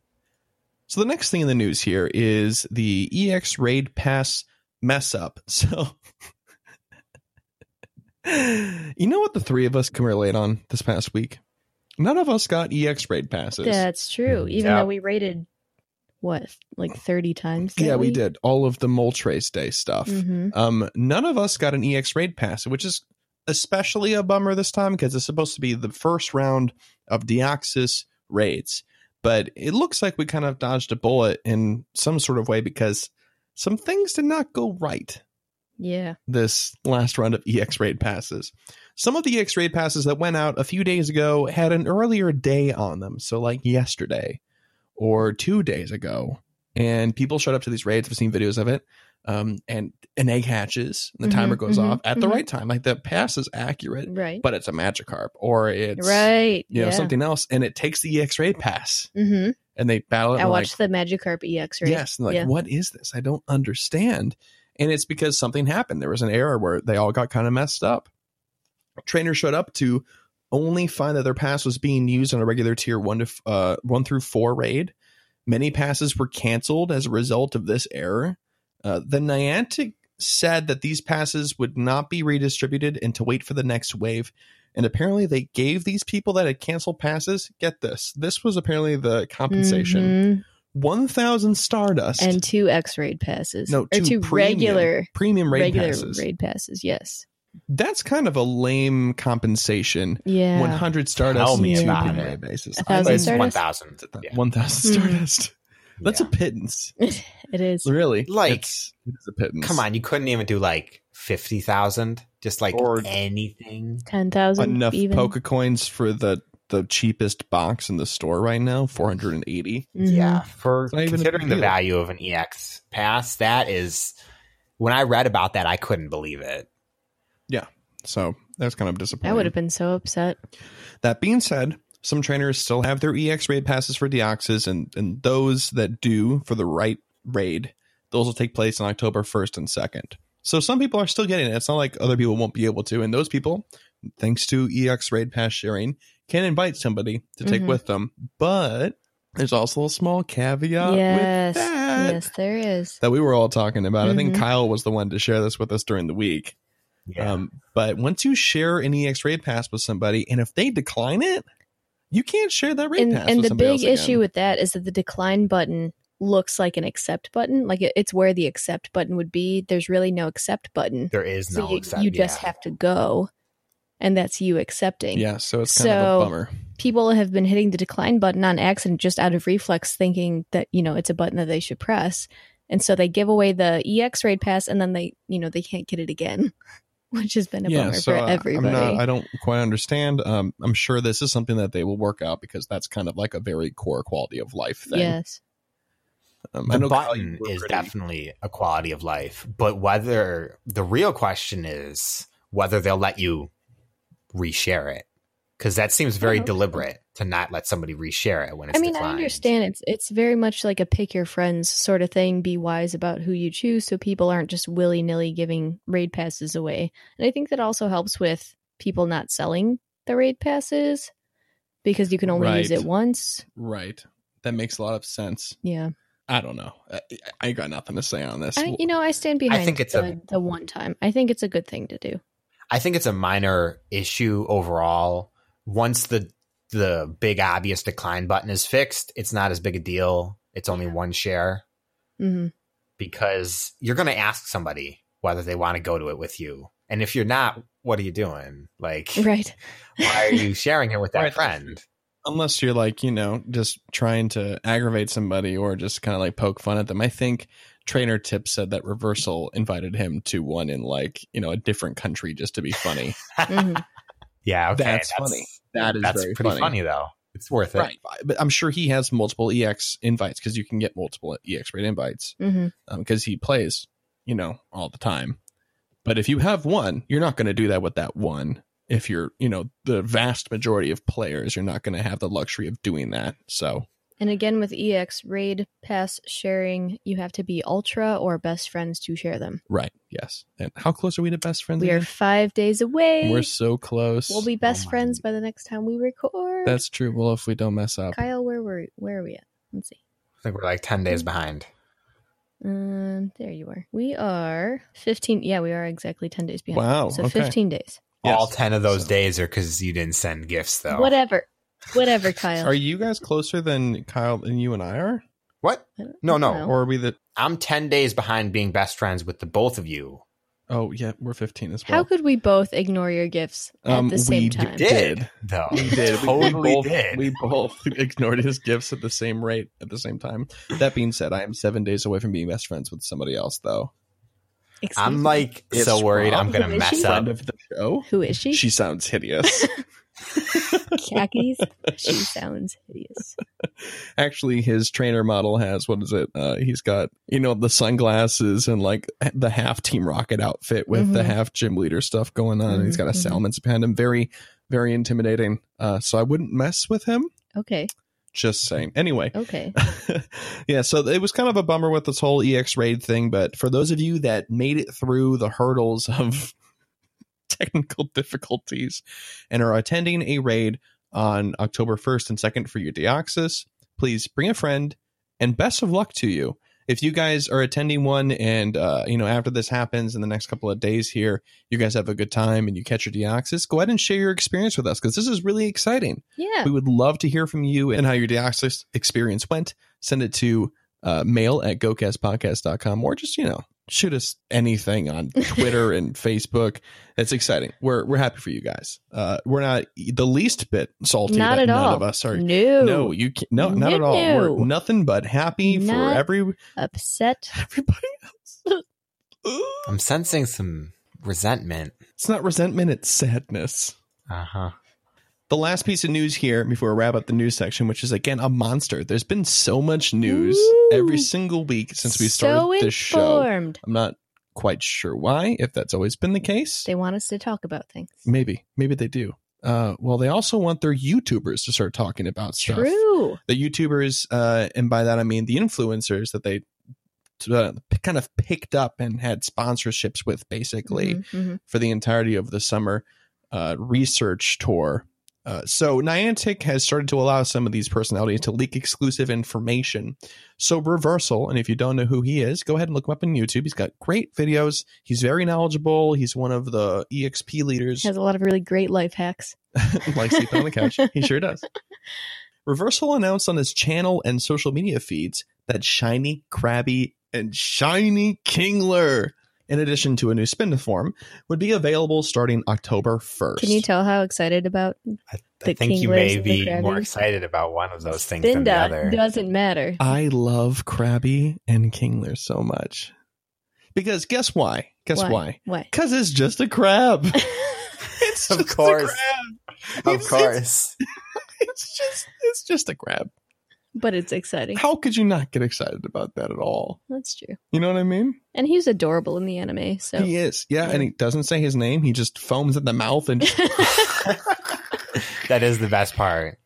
Speaker 1: So the next thing in the news here is the EX Raid Pass mess up. So you know what the three of us can relate on this past week? None of us got EX Raid passes.
Speaker 2: That's true.
Speaker 1: Mm,
Speaker 2: Even
Speaker 3: Yeah.
Speaker 2: though we rated what like thirty times. that
Speaker 1: yeah, we
Speaker 2: week?
Speaker 1: did all of the Moltres Day stuff.
Speaker 2: Mhm.
Speaker 1: Um, none of us got an EX raid pass, which is especially a bummer this time because it's supposed to be the first round of Deoxys raids. But it looks like we kind of dodged a bullet in some sort of way because some things did not go right
Speaker 2: Yeah.
Speaker 1: this last round of EX raid passes. Some of the EX raid passes that went out a few days ago had an earlier day on them, so like yesterday or two days ago. And people showed up to these raids. I've seen videos of it. Um, and an egg hatches, and the
Speaker 2: Mhm,
Speaker 1: timer goes
Speaker 2: mhm,
Speaker 1: off at the
Speaker 2: mhm.
Speaker 1: right time. Like the pass is accurate,
Speaker 2: Right.
Speaker 1: but it's a Magikarp or it's
Speaker 2: right.
Speaker 1: you know
Speaker 2: yeah.
Speaker 1: something else, and it takes the EX raid pass
Speaker 2: Mm-hmm.
Speaker 1: and they battle it.
Speaker 2: I
Speaker 1: and, like,
Speaker 2: watched the Magikarp EX raid.
Speaker 1: Yes. and like,
Speaker 2: Yeah.
Speaker 1: what is this? I don't understand. And it's because something happened. There was an error where they all got kind of messed up. Trainers showed up to only find that their pass was being used on a regular tier one to f- uh, one through four raid. Many passes were canceled as a result of this error. Uh, the Niantic said that these passes would not be redistributed and to wait for the next wave. And apparently, they gave these people that had canceled passes. Get this. This was apparently the compensation.
Speaker 2: Mhm.
Speaker 1: 1000 stardust
Speaker 2: And two X raid passes.
Speaker 1: No,
Speaker 2: or
Speaker 1: two
Speaker 2: two,
Speaker 1: premium
Speaker 2: regular
Speaker 1: premium raid
Speaker 2: regular
Speaker 1: passes
Speaker 2: raid passes. Yes.
Speaker 1: that's kind of a lame compensation
Speaker 2: Yeah.
Speaker 1: 100 stardust
Speaker 3: Tell me
Speaker 1: and two
Speaker 2: about
Speaker 1: premium
Speaker 3: it.
Speaker 1: raid bases
Speaker 2: A
Speaker 1: I
Speaker 2: thousand
Speaker 1: mean,
Speaker 3: It's
Speaker 2: stardust?
Speaker 3: one thousand. Yeah.
Speaker 1: 1000
Speaker 2: Mm.
Speaker 1: stardust that's
Speaker 3: Yeah.
Speaker 1: a pittance
Speaker 2: It is.
Speaker 1: really
Speaker 3: Like-
Speaker 1: it's, it is a pittance
Speaker 3: Come on, you couldn't even do like fifty thousand, just like
Speaker 1: Or-
Speaker 3: anything.
Speaker 2: Ten thousand
Speaker 1: enough
Speaker 2: even.
Speaker 1: poker coins for the the cheapest box in the store right now 480
Speaker 2: Mhm.
Speaker 3: Yeah, for
Speaker 1: It's not even a
Speaker 3: considering
Speaker 1: big
Speaker 3: the
Speaker 1: deal.
Speaker 3: value of an EX pass, that is. When I read about that, I couldn't believe it.
Speaker 1: so that's kind of disappointing
Speaker 2: I would have been so upset.
Speaker 1: That being said, some trainers still have their EX raid passes for Deoxys, and, and those that do for the right raid, those will take place on October 1st and 2nd. So some people are still getting it. It's not like other people won't be able to. And those people, thanks to EX raid pass sharing, can invite somebody to take
Speaker 2: Mhm.
Speaker 1: with them. But there's also a small caveat
Speaker 2: yes.
Speaker 1: with that
Speaker 2: Yes, there is.
Speaker 1: that we were all talking about. I think
Speaker 2: Mhm.
Speaker 1: Kyle was the one to share this with us during the week.
Speaker 3: Yeah.
Speaker 1: Um, but once you share an EX raid pass with somebody, and if they decline it, you can't share that raid
Speaker 2: And
Speaker 1: pass.
Speaker 2: and
Speaker 1: with
Speaker 2: the
Speaker 1: somebody
Speaker 2: big
Speaker 1: else again.
Speaker 2: issue with that is that the decline button looks like an accept button. Like it, it's where the accept button would be. There's really no accept button.
Speaker 3: there is
Speaker 2: so
Speaker 3: no
Speaker 2: you,
Speaker 3: except-
Speaker 2: you just
Speaker 3: yeah.
Speaker 2: have to go, and that's you accepting.
Speaker 1: yeah, so it's kind of a
Speaker 2: So-
Speaker 1: bummer.
Speaker 2: people have been hitting the decline button on accident just out of reflex thinking that you know it's a button that they should E press and so they give away the ex raid pass and then they you know they can't get it again which has been a
Speaker 1: yeah,
Speaker 2: bummer
Speaker 1: so
Speaker 2: for
Speaker 1: I-
Speaker 2: everybody.
Speaker 1: I'm not, I don't quite understand. Um, I'm sure this is something that they will work out because that's kind of like a very core quality of life thing.
Speaker 2: yes.
Speaker 1: Um, I
Speaker 3: The
Speaker 1: know Kyle,
Speaker 3: button
Speaker 1: you were
Speaker 3: is
Speaker 1: pretty-
Speaker 3: definitely a quality of life, but whether the real question is whether they'll let you reshare it, because that seems very
Speaker 2: hope so.
Speaker 3: deliberate to not let somebody reshare it when it's.
Speaker 2: I mean, I
Speaker 3: declined.
Speaker 2: understand it's it's very much like a pick your friends sort of thing. Be wise about who you choose, so people aren't just willy nilly giving raid passes away. And I think that also helps with people not selling the raid passes because you can only use
Speaker 1: Right.
Speaker 2: it once.
Speaker 1: Right. That makes a lot of sense.
Speaker 2: Yeah,
Speaker 1: I don't know. I, I got nothing to say on this.
Speaker 2: I, you know, I stand behind.
Speaker 3: think it's
Speaker 2: the,
Speaker 3: a-
Speaker 2: the one time. I think it's a good thing to do.
Speaker 3: I think it's a minor issue overall. Once the the big obvious decline button is fixed, it's not as big a deal. It's only one share
Speaker 2: hmm
Speaker 3: because you're going to ask somebody whether they want to go to it with you. And if you're not, what are you doing? Like
Speaker 2: Right.
Speaker 3: why are you sharing it with that
Speaker 1: Right.
Speaker 3: friend?
Speaker 1: unless you're like you know just trying to aggravate somebody or just kind of like poke fun at them i think trainer tip said that reversal invited him to one in like you know a different country just to be funny
Speaker 2: Mhm.
Speaker 3: Yeah, okay.
Speaker 1: That's funny. that is
Speaker 3: That's
Speaker 1: very
Speaker 3: pretty funny. though. It's worth it.
Speaker 1: right but i'm sure he has multiple ex invites because you can get multiple ex rate invites
Speaker 2: Mhm.
Speaker 1: because he plays you know all the time but if you have one you're not going to do that with that one if you're you know the vast majority of players you're not going to have the luxury of doing that so
Speaker 2: And again, with EX raid pass sharing, you have to be ultra or best friends to share them.
Speaker 1: Right. Yes. And how close are we to best friends?
Speaker 2: We are
Speaker 1: again?
Speaker 2: five days away.
Speaker 1: Mm-hmm. We're so close.
Speaker 2: We'll be best
Speaker 3: my.
Speaker 2: friends by the next time we record.
Speaker 1: That's true. Well, if we don't mess up,
Speaker 2: Kyle. Where were where are we at? Let's see.
Speaker 3: I think we're like 10 days behind.
Speaker 2: Um, there you are. We are fifteen. Yeah, we are exactly ten days behind.
Speaker 1: Wow,
Speaker 2: So
Speaker 1: okay.
Speaker 2: fifteen days.
Speaker 1: Yes.
Speaker 3: All 10 of those
Speaker 1: So-
Speaker 3: days are cuz you didn't send gifts though.
Speaker 2: Whatever, whatever, Kyle.
Speaker 1: are you guys closer than Kyle and you and I are,
Speaker 3: What?
Speaker 2: I don't
Speaker 3: No, no,
Speaker 2: know.
Speaker 1: or are we the?
Speaker 3: I'm 10 days behind being best friends with the both of you.
Speaker 1: Oh yeah, we're fifteen as well.
Speaker 2: How could we both ignore your gifts at
Speaker 1: Um,
Speaker 2: the same
Speaker 1: we
Speaker 2: time?
Speaker 1: did.
Speaker 3: though.
Speaker 1: we did. We-
Speaker 3: Totally
Speaker 1: we both,
Speaker 3: did.
Speaker 1: We both ignored his gifts at the same rate at the same time. That being said, I am seven days away from being best friends with somebody else, though.
Speaker 2: Excuse
Speaker 3: I'm
Speaker 2: me.
Speaker 3: like
Speaker 1: It's
Speaker 3: so worried
Speaker 1: Rob.
Speaker 3: I'm going to
Speaker 2: Is
Speaker 3: mess
Speaker 2: she?
Speaker 3: up.
Speaker 1: Friend of the show.
Speaker 2: who is she?
Speaker 1: She sounds hideous.
Speaker 2: Khakis. she sounds hideous.
Speaker 1: actually his trainer model has what is it uh he's got you know the sunglasses and like the half team rocket outfit with the
Speaker 2: Mhm.
Speaker 1: half gym leader stuff going on and he's got a
Speaker 2: Mhm, mhm.
Speaker 1: salmon's behind him very very intimidating uh so i wouldn't mess with him
Speaker 2: Okay.
Speaker 1: just saying anyway
Speaker 2: Okay.
Speaker 1: yeah, so it was kind of a bummer with this whole EX raid thing, but for those of you that made it through the hurdles of technical difficulties and are attending a raid on October 1st and 2nd for your Deoxys, please bring a friend and best of luck to you. If you guys are attending one and, uh, you know, after this happens in the next couple of days here, you guys have a good time and you catch your Deoxys, go ahead and share your experience with us because this is really exciting.
Speaker 2: Yeah.
Speaker 1: We would love to hear from you and how your Deoxys experience went. Send it to uh, mail at gocastpodcast.com or just, you know, shoot us anything on Twitter and Facebook. It's exciting. We're we're happy for you guys. Uh, we're not the least bit salty
Speaker 2: Not
Speaker 1: that
Speaker 2: at
Speaker 1: none
Speaker 2: all.
Speaker 1: of us are.
Speaker 2: No.
Speaker 1: No, you can't, no, not at all. We're
Speaker 2: No.
Speaker 1: nothing but happy
Speaker 2: Not-
Speaker 1: for every
Speaker 2: Upset.
Speaker 1: everybody else.
Speaker 3: I'm sensing some resentment.
Speaker 1: it's not resentment, it's sadness.
Speaker 3: Uh-huh.
Speaker 1: The last piece of news here before we wrap up the news section, which is again a monster. There's been so much news
Speaker 2: Ooh.
Speaker 1: every single week since we started
Speaker 2: so
Speaker 1: this show.
Speaker 2: informed.
Speaker 1: I'm not quite sure why, if that's always been the case.
Speaker 2: They want us to talk about things.
Speaker 1: Maybe, maybe they do. Uh, well, they also want their YouTubers to start talking about stuff.
Speaker 2: True.
Speaker 1: The YouTubers, uh, and by that I mean the influencers that they uh, kind of picked up and had sponsorships with, basically
Speaker 2: Mhm, mhm.
Speaker 1: for the entirety of the summer uh, research tour. Uh, so Niantic has started to allow some of these personalities to leak exclusive information. So Reversal, and if you don't know who he is, go ahead and look him up on YouTube. He's got great videos. He's very knowledgeable. He's one of the EXP leaders.
Speaker 2: Has a lot of really great life hacks.
Speaker 1: like sleeping on the couch. He sure does. Reversal announced on his channel and social media feeds that Shiny Krabby and Shiny Kingler, in addition to a new spiniform, would be available starting October 1st.
Speaker 2: Can you tell how excited about
Speaker 3: I
Speaker 2: The
Speaker 3: think you
Speaker 2: Kinglers
Speaker 3: may
Speaker 2: and the
Speaker 3: be more
Speaker 2: Krabbies.
Speaker 3: excited about one of those things than the
Speaker 2: Binda
Speaker 3: other.
Speaker 2: doesn't matter.
Speaker 1: I love Krabby and Kingler so much. Because guess why? Guess why?
Speaker 2: What?
Speaker 1: Because it's just a crab. it's
Speaker 3: Of
Speaker 1: just a
Speaker 3: course.
Speaker 1: crab.
Speaker 3: Of
Speaker 1: It's- it's-
Speaker 3: course.
Speaker 1: it's just it's just a crab.
Speaker 2: But it's exciting.
Speaker 1: How could you not get excited about that at all?
Speaker 2: That's true.
Speaker 1: You know what I mean?
Speaker 2: And he's adorable in the anime. So
Speaker 1: He is. Yeah, and he doesn't say his name. He just foams at the mouth and just,
Speaker 3: that is the best part.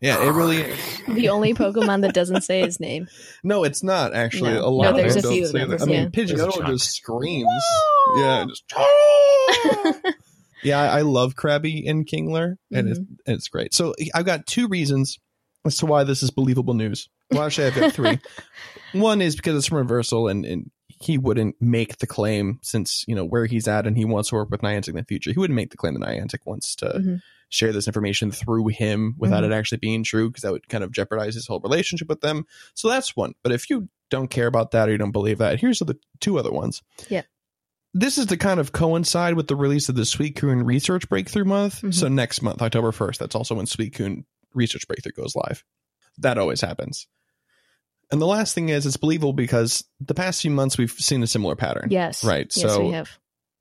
Speaker 1: yeah, it really
Speaker 2: the only Pokemon that doesn't say his name.
Speaker 1: No, it's not actually.
Speaker 2: No.
Speaker 1: a lot
Speaker 3: No,
Speaker 1: of
Speaker 3: there's
Speaker 1: them
Speaker 3: a
Speaker 1: don't
Speaker 2: few
Speaker 1: say that.
Speaker 2: members,
Speaker 1: I mean,
Speaker 2: yeah.
Speaker 1: Pidgeotto
Speaker 3: There's Chuck.
Speaker 1: just screams. Yeah, just Yeah, I I love Krabby and Kingler and it's, and it's great. So I've got two reasons as to why this is believable news. Well, actually, I've got three. One is because it's from Reversal and, and he wouldn't make the claim since, you know, where he's at and he wants to work with Niantic in the future. He wouldn't make the claim that Niantic wants to
Speaker 2: Mhm.
Speaker 1: share this information through him without it actually being true because that would kind of jeopardize his whole relationship with them. So that's one. But if you don't care about that or you don't believe that, here's the two other ones.
Speaker 2: Yeah.
Speaker 1: This is to kind of coincide with the release of the Suicune Research Breakthrough Month.
Speaker 2: Mhm.
Speaker 1: So next month, October 1st, that's also when Suicune Research Breakthrough goes live. That always happens. And the last thing is it's believable because the past few months we've seen a similar pattern.
Speaker 2: Yes.
Speaker 1: Right.
Speaker 2: Yes,
Speaker 1: so
Speaker 2: we have.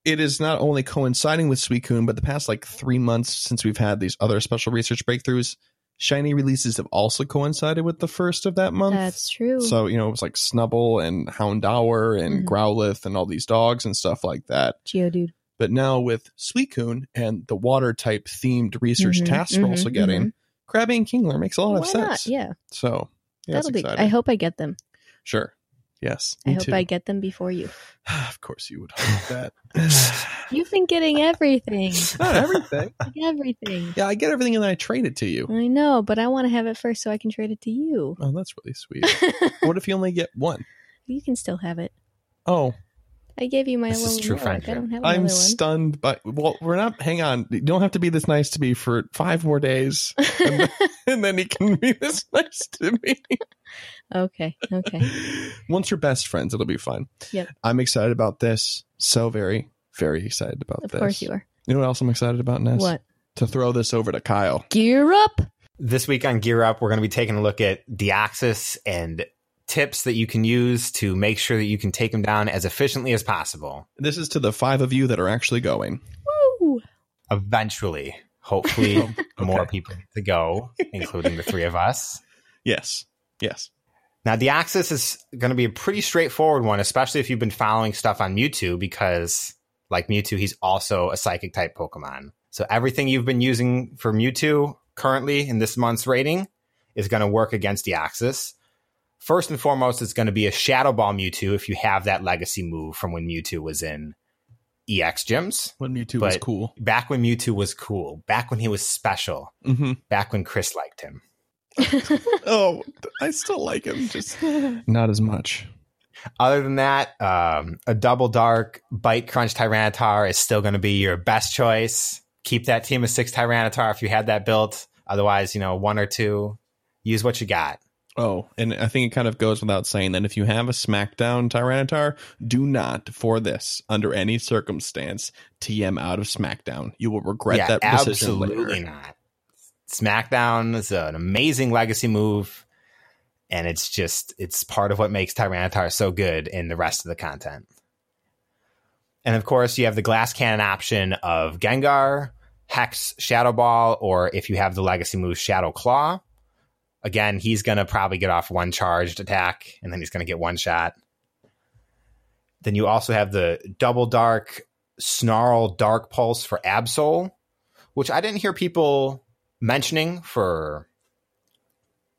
Speaker 1: it is not only coinciding with Suicune, but the past like three months since we've had these other special research breakthroughs, shiny releases have also coincided with the first of that month.
Speaker 2: That's true.
Speaker 1: so you know it was like Snubble and Houndour and
Speaker 2: Mhm.
Speaker 1: Growlithe and all these dogs and stuff like that.
Speaker 2: Geodude.
Speaker 1: But now with Suicune and the water type themed research
Speaker 2: Mhm,
Speaker 1: task we're
Speaker 2: mhm,
Speaker 1: also getting, Krabby and Kingler makes a lot
Speaker 2: mm-hmm. Why
Speaker 1: of
Speaker 2: not?
Speaker 1: sense.
Speaker 2: Yeah.
Speaker 1: So yeah,
Speaker 2: That'll
Speaker 1: it's
Speaker 2: be
Speaker 1: exciting.
Speaker 2: I hope I get them.
Speaker 1: sure. Yes.
Speaker 2: I
Speaker 1: me
Speaker 2: hope
Speaker 1: too.
Speaker 2: I get them before you.
Speaker 1: of course you would hope that.
Speaker 2: You've been getting everything.
Speaker 1: not everything.
Speaker 2: Like, everything.
Speaker 1: Yeah, I get everything and then I trade it to you.
Speaker 2: I know, but I want to have it first so I can trade it to you.
Speaker 1: Oh, that's really sweet. what if you only get one?
Speaker 2: you can still have it.
Speaker 1: Oh,
Speaker 2: I gave you my
Speaker 3: This is
Speaker 2: little
Speaker 3: true
Speaker 2: relic. I
Speaker 3: friendship.
Speaker 2: don't have another
Speaker 1: I'm
Speaker 2: one.
Speaker 1: stunned by. Well, we're not. Hang on. You don't have to be this nice to me for five more days, and, and then he can be this nice to me.
Speaker 2: okay. Okay.
Speaker 1: Once you're best friends, it'll be fun.
Speaker 2: Yep.
Speaker 1: I'm excited about this. So very, very excited about
Speaker 2: Of
Speaker 1: this.
Speaker 2: course you are.
Speaker 1: You know what else I'm excited about, Ness?
Speaker 2: What?
Speaker 1: To throw this over to Kyle.
Speaker 2: Gear up.
Speaker 3: This week on Gear Up, we're going to be taking a look at Deoxys and tips that you can use to make sure that you can take them down as efficiently as possible.
Speaker 1: This is to the five of you that are actually going.
Speaker 2: Woo.
Speaker 3: Eventually, hopefully, more people to go, including the three of us.
Speaker 1: Yes. Yes.
Speaker 3: Now, the axis is going to be a pretty straightforward one, especially if you've been following stuff on Mewtwo, because like Mewtwo, he's also a psychic type Pokemon. So everything you've been using for Mewtwo currently in this month's rating is going to work against the axis. First and foremost, it's going to be a Shadow Ball Mewtwo if you have that legacy move from when Mewtwo was in EX gyms.
Speaker 1: When Mewtwo was
Speaker 3: But-
Speaker 1: cool.
Speaker 3: Back when Mewtwo was cool, back when he was special,
Speaker 1: Mm-hmm.
Speaker 3: back when Chris liked him.
Speaker 1: Oh, I still like him, just not as much.
Speaker 3: other than that, um, a double dark bite crunch Tyranitar is still going to be your best choice. Keep that team of six Tyranitar if you had that built. Otherwise, you know, one or two, use what you got.
Speaker 1: Oh, and I think it kind of goes without saying that if you have a SmackDown Tyranitar, do not, for this, under any circumstance, TM out of SmackDown. You will regret that decision
Speaker 3: absolutely
Speaker 1: later.
Speaker 3: not. SmackDown is an amazing legacy move, and it's just it's part of what makes Tyranitar so good in the rest of the content. And of course, you have the glass cannon option of Gengar, Hex, Shadow Ball, or if you have the legacy move Shadow Claw. Again, he's gonna probably get off one charged attack, and then he's gonna get one shot. Then you also have the double dark snarl dark pulse for Absol which I didn't hear people mentioning for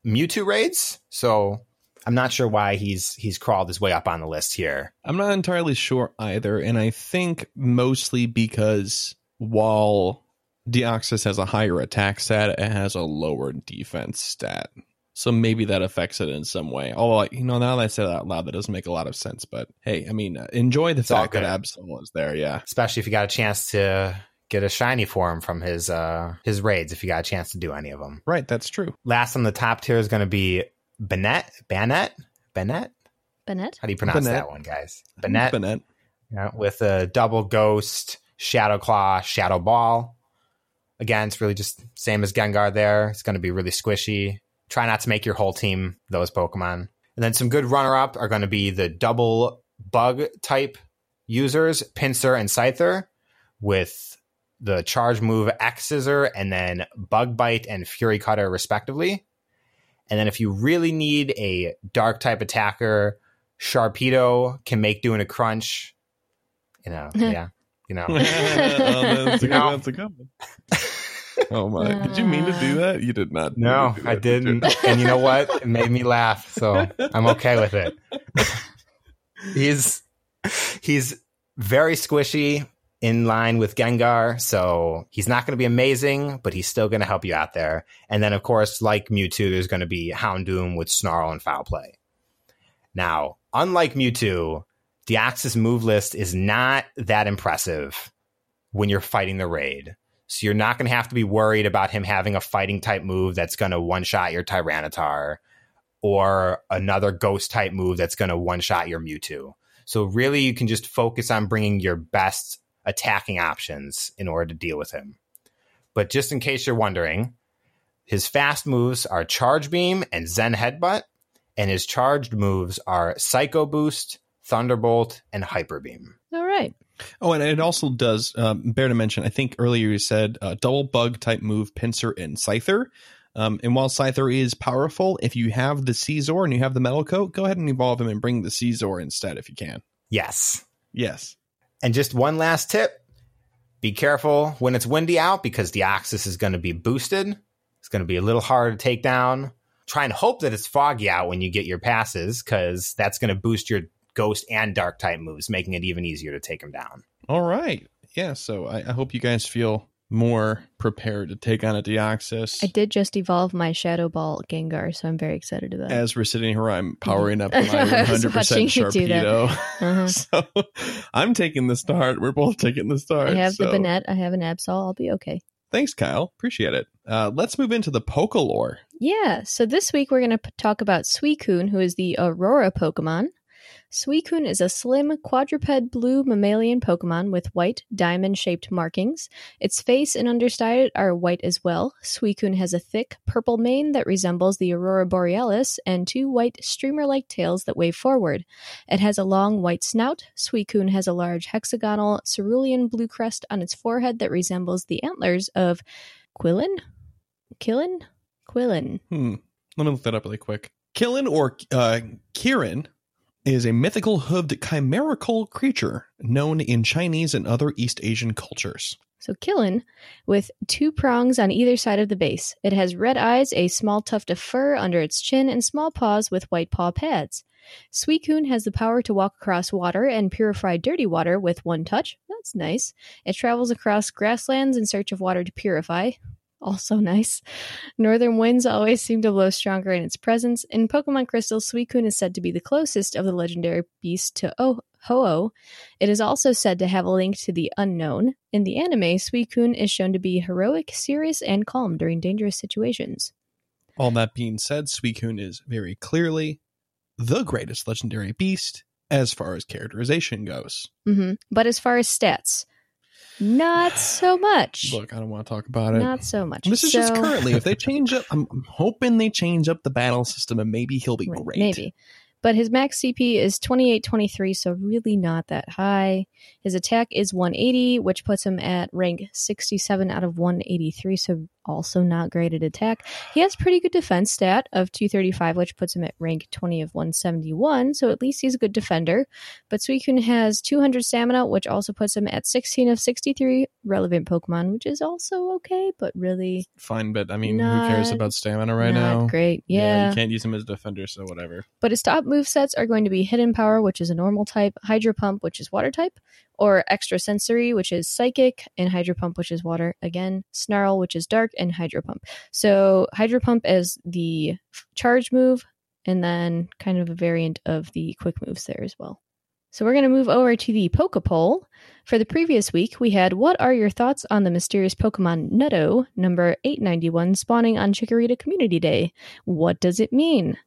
Speaker 3: Mewtwo raids. So I'm not sure why he's he's crawled his way up on the list here.
Speaker 1: I'm not entirely sure either, and I think mostly because while Deoxys has a higher attack stat, it has a lower defense stat. So maybe that affects it in some way. Although, you know, now that I say that out loud, that doesn't make a lot of sense. But hey, I mean, uh, enjoy the
Speaker 3: all
Speaker 1: fact that
Speaker 3: good.
Speaker 1: Absol is there. Yeah.
Speaker 3: Especially if you got a chance to get a shiny for him from his uh his raids if you got a chance to do any of them.
Speaker 1: Right. That's true.
Speaker 3: Last on the top tier is going to be Bennett Bennett Bennett.
Speaker 2: Bennett.
Speaker 3: How do you pronounce
Speaker 1: Bennett.
Speaker 3: that one, guys? Bennett
Speaker 1: Bennett.
Speaker 3: yeah, with a double ghost, shadow claw, shadow ball. Again, it's really just same as Gengar there. It's going to be really squishy. Try not to make your whole team those Pokemon. And then some good runner up are going to be the double bug type users, Pincer and Scyther, with the charge move Axe Scissor and then Bug Bite and Fury Cutter, respectively. And then if you really need a dark type attacker, Sharpedo can make doing a crunch. You know, yeah, you know.
Speaker 1: oh, that's a good,
Speaker 3: No.
Speaker 1: that's a good one. Oh my! did you mean to do that? You did not. mean to
Speaker 3: No,
Speaker 1: do
Speaker 3: I
Speaker 1: that, did you?
Speaker 3: didn't. and you know what? It made me laugh, so I'm okay with it. he's he's very squishy in line with Gengar, so he's not going to be amazing, but he's still going to help you out there. And then of course, like Mewtwo, there's going to be Houndoom with Snarl and Foul Play. Now, unlike Mewtwo, Deoxys move list is not that impressive when you're fighting the raid. So you're not going to have to be worried about him having a fighting type move that's going to one shot your Tyranitar or another ghost type move that's going to one shot your Mewtwo. So really, you can just focus on bringing your best attacking options in order to deal with him. But just in case you're wondering, his fast moves are Charge Beam and Zen Headbutt, and his charged moves are Psycho Boost, Thunderbolt, and Hyper Beam.
Speaker 2: All right.
Speaker 1: Oh, and it also does. Um, bear to mention, I think earlier you said uh, double bug type move, pincer and scyther. Um, and while Scyther is powerful, if you have the Caesar and you have the metal coat, go ahead and evolve him and bring the Caesar instead if you can.
Speaker 3: Yes.
Speaker 1: Yes.
Speaker 3: And just one last tip be careful when it's windy out because the Axis is going to be boosted. It's going to be a little harder to take down. Try and hope that it's foggy out when you get your passes because that's going to boost your ghost and dark type moves, making it even easier to take them down.
Speaker 1: All right. Yeah. So I, I hope you guys feel more prepared to take on a Deoxys.
Speaker 2: I did just evolve my Shadow Ball Gengar, so I'm very excited about it.
Speaker 1: As we're sitting here, I'm powering up my
Speaker 2: I was
Speaker 1: 100%
Speaker 2: watching you do
Speaker 1: Sharpedo.
Speaker 2: that. Uh-huh.
Speaker 1: so I'm taking the start. We're both taking the start.
Speaker 2: I have
Speaker 1: so.
Speaker 2: the Banette, I have an Absol, I'll be okay.
Speaker 1: Thanks, Kyle. Appreciate it. Uh, let's move into the Pokalore.
Speaker 2: Yeah, so this week we're going to p- talk about Suicune, who is the Aurora Pokemon. Suicune is a slim quadruped blue mammalian Pokemon with white diamond shaped markings. Its face and underside are white as well. Suicune has a thick purple mane that resembles the Aurora Borealis and two white streamer like tails that wave forward. It has a long white snout. Suicune has a large hexagonal cerulean blue crest on its forehead that resembles the antlers of Quillin? Killin? Quillin.
Speaker 1: Hmm. Let me look that up really quick. Killin or uh, Kirin is a mythical hooved chimerical creature known in Chinese and other East Asian cultures.
Speaker 2: So Killin, with two prongs on either side of the base. It has red eyes, a small tuft of fur under its chin, and small paws with white paw pads. Suicune has the power to walk across water and purify dirty water with one touch. That's nice. It travels across grasslands in search of water to purify. Also nice. Northern winds always seem to blow stronger in its presence. In Pokemon Crystal, Suicune is said to be the closest of the legendary beast to oh- Ho-Oh, it is also said to have a link to the unknown. In the anime, Suicune is shown to be heroic, serious, and calm during dangerous situations.
Speaker 1: All that being said, Suicune is very clearly the greatest legendary beast as far as characterization goes.
Speaker 2: hmm But as far as stats, not so much.
Speaker 1: Look, I don't want to talk about it.
Speaker 2: not so much.
Speaker 1: This is just
Speaker 2: So-
Speaker 1: currently. If they change up, I'm, I'm hoping they change up the battle system and maybe he'll be
Speaker 2: Right,
Speaker 1: great.
Speaker 2: Maybe. But his max CP is 2823, so really not that high. His attack is 180, which puts him at rank 67 out of 183, so also not great at attack. He has pretty good defense stat of 235, which puts him at rank 20 of 171, so at least he's a good defender. But Suicune has 200 stamina, which also puts him at 16 of 63 relevant Pokemon, which is also okay, but really
Speaker 1: Fine, but I mean, who cares
Speaker 2: Not-
Speaker 1: about stamina right
Speaker 2: not
Speaker 1: now?
Speaker 2: great.
Speaker 1: you can't use him as a defender, so whatever.
Speaker 2: But his top movesets are going to be Hidden Power, which is a normal type, Hydro Pump, which is water type, or Extrasensory, which is psychic, and Hydro Pump, which is water again, Snarl, which is dark, and Hydro Pump. So Hydro Pump is the f- charge move, and then kind of a variant of the quick moves there as well. So we're going to move over to the Poke Poll. For the previous week, we had What are your thoughts on the mysterious Pokemon Nutto, number 891, spawning on Chikorita Community Day? What does it mean?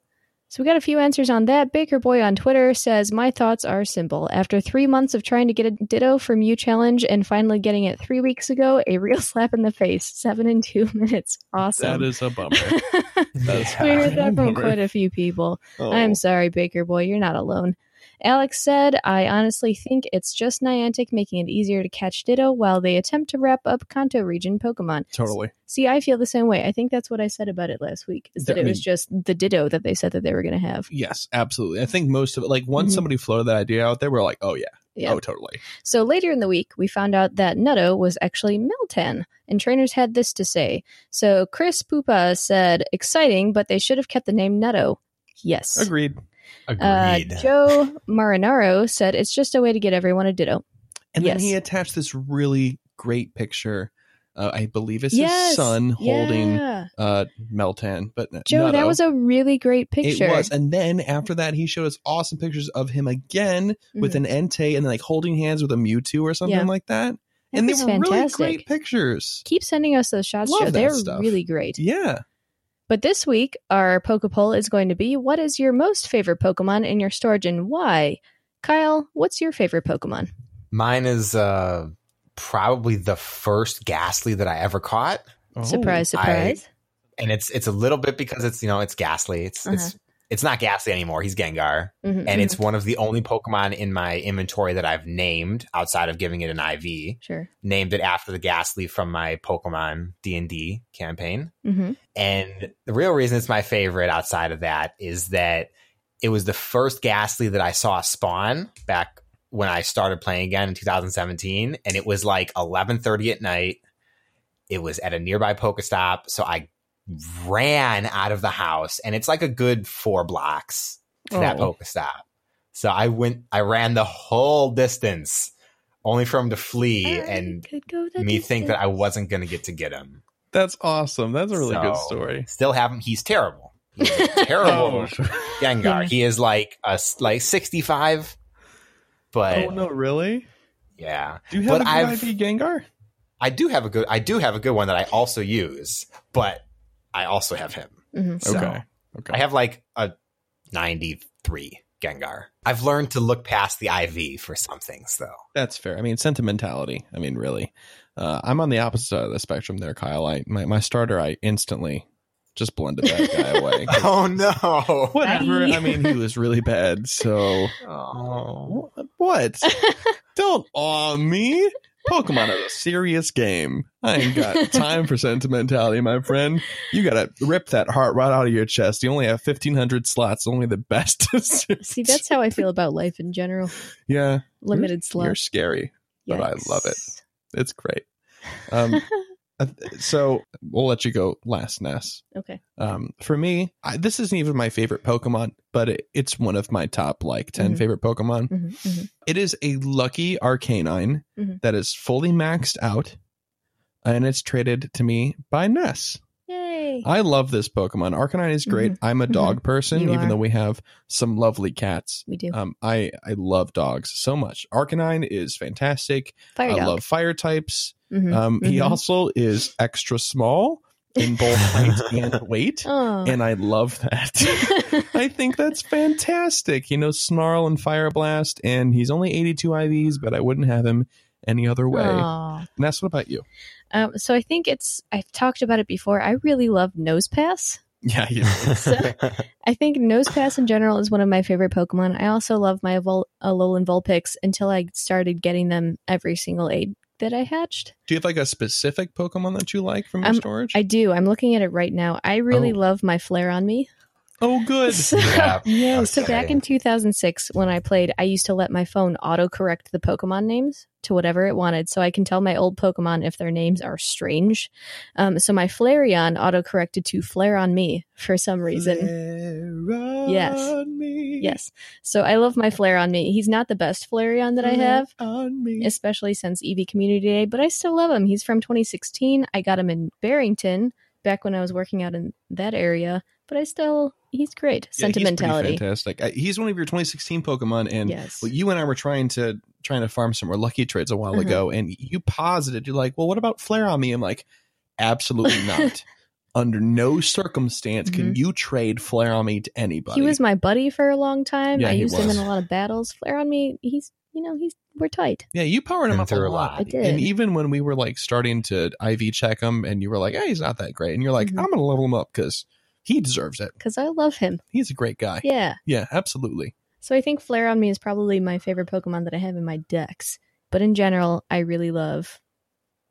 Speaker 2: So we got a few answers on that. Baker Boy on Twitter says, My thoughts are simple. After three months of trying to get a ditto from you challenge and finally getting it three weeks ago, a real slap in the face. Seven in two minutes. Awesome.
Speaker 1: That is a bummer.
Speaker 2: we
Speaker 1: That's
Speaker 2: heard that from
Speaker 1: Bummer.
Speaker 2: quite a few people.
Speaker 1: Oh.
Speaker 2: I'm sorry, Baker Boy. You're not alone. Alex said, I honestly think it's just Niantic making it easier to catch Ditto while they attempt to wrap up Kanto region Pokemon.
Speaker 1: Totally.
Speaker 2: See, I feel the same way. I think that's what I said about it last week. Is that
Speaker 1: That- I
Speaker 2: it was
Speaker 1: mean-
Speaker 2: just the Ditto that they said that they were going to have.
Speaker 1: Yes, absolutely. I think most of it, like once
Speaker 2: Mhm.
Speaker 1: somebody floated that idea out there, we're like, oh yeah,
Speaker 2: Yeah.
Speaker 1: oh totally.
Speaker 2: So later in the week, we found out that Nutto was actually Meltan, and trainers had this to say. So Chris Pupa said, "Exciting, but they should have kept the name Nutto." Yes.
Speaker 1: Agreed.
Speaker 2: Uh,
Speaker 3: Agreed.
Speaker 2: Joe Marinaro said, "It's just a way to get everyone a Ditto."
Speaker 1: And then
Speaker 2: Yes.
Speaker 1: he attached this really great picture. Uh, I believe it's
Speaker 2: yes.
Speaker 1: his son holding
Speaker 2: Yeah.
Speaker 1: uh, Meltan, but n-
Speaker 2: Joe, that
Speaker 1: Nutto.
Speaker 2: was a really great picture.
Speaker 1: It was, and then after that, he showed us awesome pictures of him again with
Speaker 2: Mhm.
Speaker 1: an Entei and then like holding hands with a Mewtwo or something
Speaker 2: Yeah.
Speaker 1: like that.
Speaker 2: That
Speaker 1: and they
Speaker 2: was
Speaker 1: were
Speaker 2: fantastic.
Speaker 1: really great pictures.
Speaker 2: Keep sending us those shots,
Speaker 1: Love
Speaker 2: Joe.
Speaker 1: that
Speaker 2: They're
Speaker 1: stuff.
Speaker 2: really great.
Speaker 1: Yeah,
Speaker 2: But this week, our poke poll is going to be what is your most favorite Pokemon in your storage and why? Kyle, what's your favorite Pokemon?
Speaker 3: Mine is uh, probably the first Ghastly that I ever caught.
Speaker 1: Oh.
Speaker 2: surprise,
Speaker 3: I-
Speaker 2: surprise.
Speaker 3: and it's it's a little bit because it's you know it's ghastly it's it's it's not ghastly anymore he's gengar
Speaker 2: Mhm,
Speaker 3: and
Speaker 2: mhm.
Speaker 3: it's one of the only pokemon in my inventory that i've named outside of giving it an iv
Speaker 2: sure.
Speaker 3: named it after the ghastly from my pokemon d&d campaign
Speaker 2: hmm
Speaker 3: and the real reason it's my favorite outside of that is that it was the first Ghastly that I saw spawn back when I started playing again in 2017. And it was like 11.30 at night. It was at a nearby Pokestop. So I ran out of the house. And it's like a good four blocks to that
Speaker 1: Oh.
Speaker 3: Pokestop. So I went, I ran the whole distance only for him to flee and
Speaker 2: could go the
Speaker 3: me think that I
Speaker 2: distance.
Speaker 3: wasn't going to get to get him
Speaker 1: That's awesome. That's a really good
Speaker 3: So-
Speaker 1: story.
Speaker 3: still have him. He's terrible. He's a
Speaker 1: Oh.
Speaker 3: terrible Gengar.
Speaker 2: Yeah.
Speaker 3: He is like a s- like sixty five, but
Speaker 1: oh no, really?
Speaker 3: yeah,
Speaker 1: Do you
Speaker 3: But
Speaker 1: have a good
Speaker 3: I've-
Speaker 1: IV Gengar?
Speaker 3: I do have a good. I do have a good one that I also use, but I also have him.
Speaker 2: Mhm.
Speaker 3: So
Speaker 1: Okay. Okay.
Speaker 3: I have like a ninety three Gengar. I've learned to look past the IV for some things, though.
Speaker 1: That's fair. I mean, sentimentality. I mean, really. Uh, I'm on the opposite side of the spectrum there, Kyle. I my, my starter, I instantly just blended that guy away.
Speaker 3: Oh no!
Speaker 1: Whatever.
Speaker 2: Bye.
Speaker 1: I mean, he was really bad. So
Speaker 3: Oh.
Speaker 1: what? Don't awe me. Pokemon is a serious game. I ain't got time for sentimentality, my friend. You gotta rip that heart right out of your chest. You only have fifteen hundred slots. Only the best.
Speaker 2: Mm-hmm. See, that's how I feel about life in general.
Speaker 1: yeah.
Speaker 2: Limited
Speaker 1: You're
Speaker 2: slots.
Speaker 1: scary. but I love it. It's great. Um, uh, so we'll let you go last, Ness.
Speaker 2: Okay.
Speaker 1: Um, for me, I, this isn't even my favorite Pokemon, but it, it's one of my top like 10
Speaker 2: Mhm.
Speaker 1: favorite Pokemon.
Speaker 2: Mhm, mhm.
Speaker 1: It is a lucky Arcanine
Speaker 2: Mhm.
Speaker 1: that is fully maxed out, and it's traded to me by Ness.
Speaker 2: Yay.
Speaker 1: I love this Pokemon. Arcanine is great. I'm a
Speaker 2: Mhm.
Speaker 1: dog person,
Speaker 2: You
Speaker 1: even
Speaker 2: are.
Speaker 1: though we have some lovely cats.
Speaker 2: we do.
Speaker 1: Um, I I love dogs so much. Arcanine is fantastic.
Speaker 2: Fire
Speaker 1: I
Speaker 2: dog.
Speaker 1: love fire types.
Speaker 2: Mhm,
Speaker 1: Um, He
Speaker 2: mhm.
Speaker 1: also is extra small in both height and weight,
Speaker 2: Aw.
Speaker 1: and I love that. I think that's fantastic. You know, Snarl and Fire Blast, and he's only 82 IVs, but I wouldn't have him any other way.
Speaker 2: Aw.
Speaker 1: And that's what about you?
Speaker 2: Um, so I think it's I've talked about it before. I really love Nose Pass.
Speaker 1: Yeah, you
Speaker 2: I think Nose Pass in general is one of my favorite Pokemon. I also love my Vol- Alolan Vulpix until I started getting them every single aid that I hatched.
Speaker 1: Do you have like a specific Pokemon that you like from your
Speaker 2: Um,
Speaker 1: storage?
Speaker 2: I do. I'm looking at it right now. I really
Speaker 1: Oh.
Speaker 2: love my Flare on me.
Speaker 1: oh, good.
Speaker 2: So,
Speaker 3: yeah.
Speaker 1: Oh,
Speaker 2: yeah, so
Speaker 3: Okay.
Speaker 2: back in 2006 when I played, I used to let my phone autocorrect the Pokemon names to whatever it wanted so I can tell my old Pokemon if their names are strange. Um, so my Flareon autocorrected to Flare on me for some reason.
Speaker 1: Flare
Speaker 2: Yes.
Speaker 1: on me.
Speaker 2: Yes. So I love my Flare on me. He's not the best Flareon that I
Speaker 1: Flare
Speaker 2: have,
Speaker 1: on me.
Speaker 2: especially since EV Community Day, but I still love him. He's from 2016. I got him in Barrington back when I was working out in that area, but I still, he's great.
Speaker 1: Yeah, he's pretty
Speaker 2: Sentimentality.
Speaker 1: fantastic. I, he's one of your 2016 Pokemon, and
Speaker 2: yes.
Speaker 1: well, you and I were trying to trying to farm some more lucky trades a while
Speaker 2: Uh-huh.
Speaker 1: ago, and you posited, you're like, "Well, what about Flare on me?" I'm like, "Absolutely not. Under no circumstance can you trade Flare on me to anybody."
Speaker 2: He Mm-hmm. was my buddy for a long time.
Speaker 1: Yeah,
Speaker 2: I
Speaker 1: he
Speaker 2: used him
Speaker 1: was.
Speaker 2: in a lot of battles. Flare on me, he's you know he's we're tight.
Speaker 1: yeah, you powered him
Speaker 3: Been
Speaker 1: up a
Speaker 3: through a
Speaker 1: lot.
Speaker 3: lot.
Speaker 2: I did.
Speaker 1: And even when we were like starting to IV check him, and you were like, "Hey, he's not that great," and you're like,
Speaker 2: Mhm.
Speaker 1: "I'm gonna level him up because he deserves it.
Speaker 2: Cause I love him.
Speaker 1: He's a great guy."
Speaker 2: Yeah.
Speaker 1: Yeah, absolutely.
Speaker 2: So I think Flare on Me is probably my favorite Pokemon that I have in my decks. But in general, I really love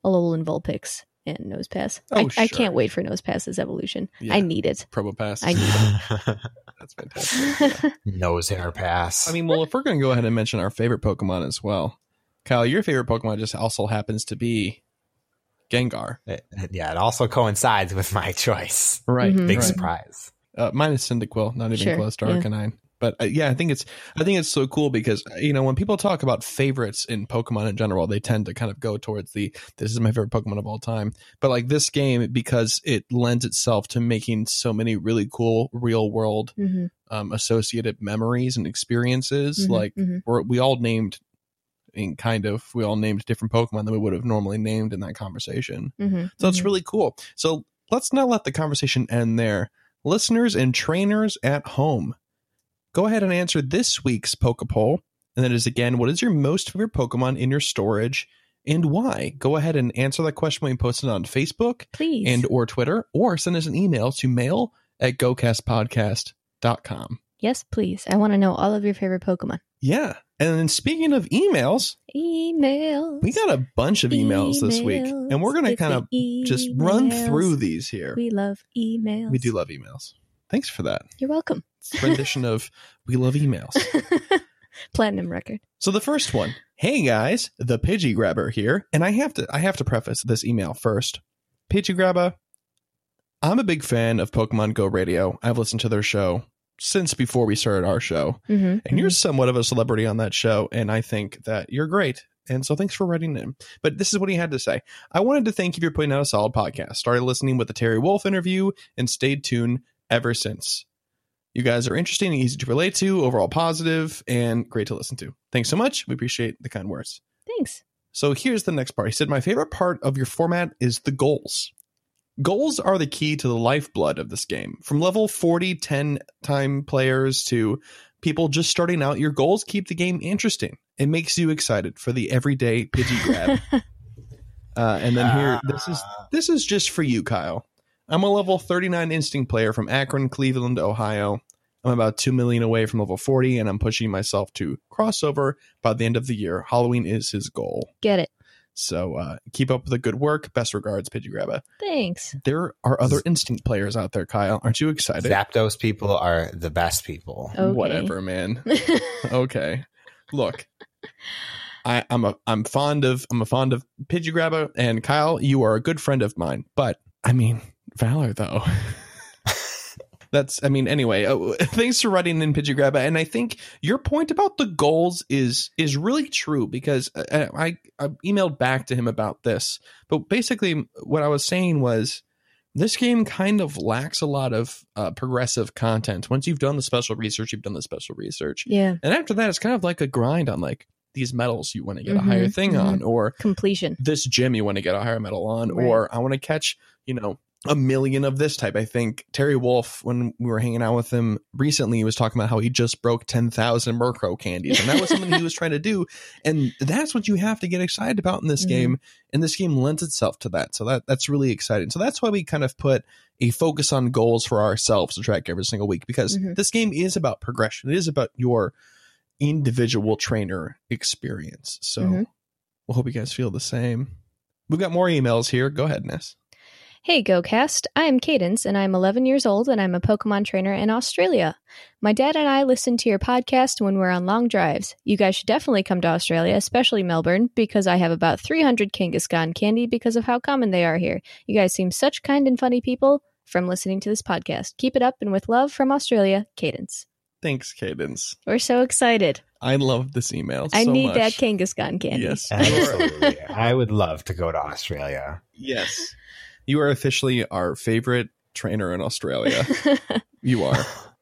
Speaker 2: Alolan Vulpix and Nosepass. I,
Speaker 1: Oh,
Speaker 2: I
Speaker 1: sure.
Speaker 2: can't wait for Nosepass's evolution.
Speaker 1: Yeah.
Speaker 2: I need it.
Speaker 1: Probopass.
Speaker 2: I
Speaker 1: That's fantastic.
Speaker 3: Nose hair pass.
Speaker 1: I mean, well, if we're going to go ahead and mention our favorite Pokemon as well, Kyle, your favorite Pokemon just also happens to be Gengar.
Speaker 3: It- yeah, it also coincides with my choice.
Speaker 1: Right.
Speaker 2: Mhm.
Speaker 3: Big
Speaker 1: right.
Speaker 3: surprise.
Speaker 1: uh, minus Cyndaquil, not even
Speaker 2: Sure,
Speaker 1: close to
Speaker 2: yeah.
Speaker 1: Arcanine. But uh, yeah, I think it's I think it's so cool because uh, you know when people talk about favorites in Pokemon in general, they tend to kind of go towards the this is my favorite Pokemon of all time. But like this game, because it lends itself to making so many really cool real world
Speaker 2: Mhm,
Speaker 1: um, associated memories and experiences.
Speaker 2: mhm,
Speaker 1: Like
Speaker 2: mhm.
Speaker 1: we're, we all named, in kind of we all named different Pokemon than we would have normally named in that conversation.
Speaker 2: Mhm,
Speaker 1: So it's
Speaker 2: mhm.
Speaker 1: really cool. So let's not let the conversation end there. Listeners and trainers at home, go ahead and answer this week's Poke Poll. And that is again, what is your most favorite Pokemon in your storage and why? Go ahead and answer that question when you post it on Facebook
Speaker 2: please
Speaker 1: and or Twitter, or send us an email to mail at gocastpodcast.com.
Speaker 2: yes, please. I want to know all of your favorite Pokemon.
Speaker 1: Yeah. And then speaking of emails,
Speaker 2: Emails.
Speaker 1: we got a bunch of emails this week. And we're going to
Speaker 2: It's
Speaker 1: kind of
Speaker 2: the
Speaker 1: just run
Speaker 2: emails.
Speaker 1: through these here.
Speaker 2: We love emails.
Speaker 1: We do love emails. Thanks for that.
Speaker 2: You're welcome.
Speaker 1: rendition of We Love Emails.
Speaker 2: Platinum record.
Speaker 1: So the first one, hey guys, the Pidgey Grabber here, and I have to I have to preface this email first. Pidgey Grabber, I'm a big fan of Pokemon Go Radio. I've listened to their show since before we started our show,
Speaker 2: Mm-hmm.
Speaker 1: and you're somewhat of a celebrity on that show, and I think that you're great. And so thanks for writing in. But this is what he had to say. I wanted to thank you for putting out a solid podcast. Started listening with the Terry Wolf interview and stayed tuned ever since. You guys are interesting and easy to relate to, overall positive, and great to listen to. Thanks so much. We appreciate the kind words.
Speaker 2: Mm-hmm. Thanks.
Speaker 1: So here's the next part. He said, My favorite part of your format is the goals. Goals are the key to the lifeblood of this game. From level 40, 10 time players to people just starting out, your goals keep the game interesting. It makes you excited for the everyday Pidgey grab. uh, and then here,
Speaker 3: Ah.
Speaker 1: this is this is just for you, Kyle. I'm a level 39 instinct player from Akron, Cleveland, Ohio. I'm about 2 million away from level 40, and I'm pushing myself to crossover by the end of the year. Halloween is his goal.
Speaker 2: Get it.
Speaker 1: So uh, keep up the good work. Best regards, Pidgeograbba.
Speaker 2: Thanks.
Speaker 1: There are other instinct players out there, Kyle. Aren't you excited?
Speaker 3: Zapdos people are the best people.
Speaker 2: Okay.
Speaker 1: Whatever, man. okay. Look. I, I'm a I'm fond of I'm a fond of Pidgeograbba and Kyle, you are a good friend of mine. But I mean, Valor though. That's I mean anyway, uh, thanks for writing in Pidgeograbba and I think your point about the goals is is really true because uh, I, I emailed back to him about this. But basically what I was saying was this game kind of lacks a lot of uh, progressive content. Once you've done the special research, you've done the special research.
Speaker 2: yeah.
Speaker 1: And after that, it's kind of like a grind on like these medals you want to get
Speaker 2: Mhm,
Speaker 1: a higher thing
Speaker 2: mhm.
Speaker 1: on, or
Speaker 2: Completion.
Speaker 1: this gym you want to get a higher medal on,
Speaker 2: Right.
Speaker 1: or I want to catch, you know, a million of this type. I think Terry Wolf, when we were hanging out with him recently, he was talking about how he just broke 10,000 Murkrow candies. And that was something he was trying to do. And that's what you have to get excited about in this
Speaker 2: Mhm.
Speaker 1: game. And this game lends itself to that. So that that's really exciting. So that's why we kind of put a focus on goals for ourselves to track every single week because
Speaker 2: Mhm.
Speaker 1: this game is about progression. It is about your individual trainer experience. So
Speaker 2: Mhm.
Speaker 1: we'll hope you guys feel the same. We've got more emails here. Go ahead, Ness.
Speaker 2: Hey, GoCast. I am Cadence, and I'm 11 years old, and I'm a Pokemon trainer in Australia. My dad and I listen to your podcast when we're on long drives. You guys should definitely come to Australia, especially Melbourne, because I have about 300 Kangaskhan candy because of how common they are here. You guys seem such kind and funny people from listening to this podcast. Keep it up, and with love from Australia, Cadence.
Speaker 1: Thanks, Cadence.
Speaker 2: We're so excited.
Speaker 1: I love this email.
Speaker 2: I
Speaker 1: so
Speaker 2: need
Speaker 1: much.
Speaker 2: that Kangaskhan candy.
Speaker 1: Yes.
Speaker 3: Absolutely. I would love to go to Australia.
Speaker 1: Yes. You are officially our favorite trainer in Australia. you are.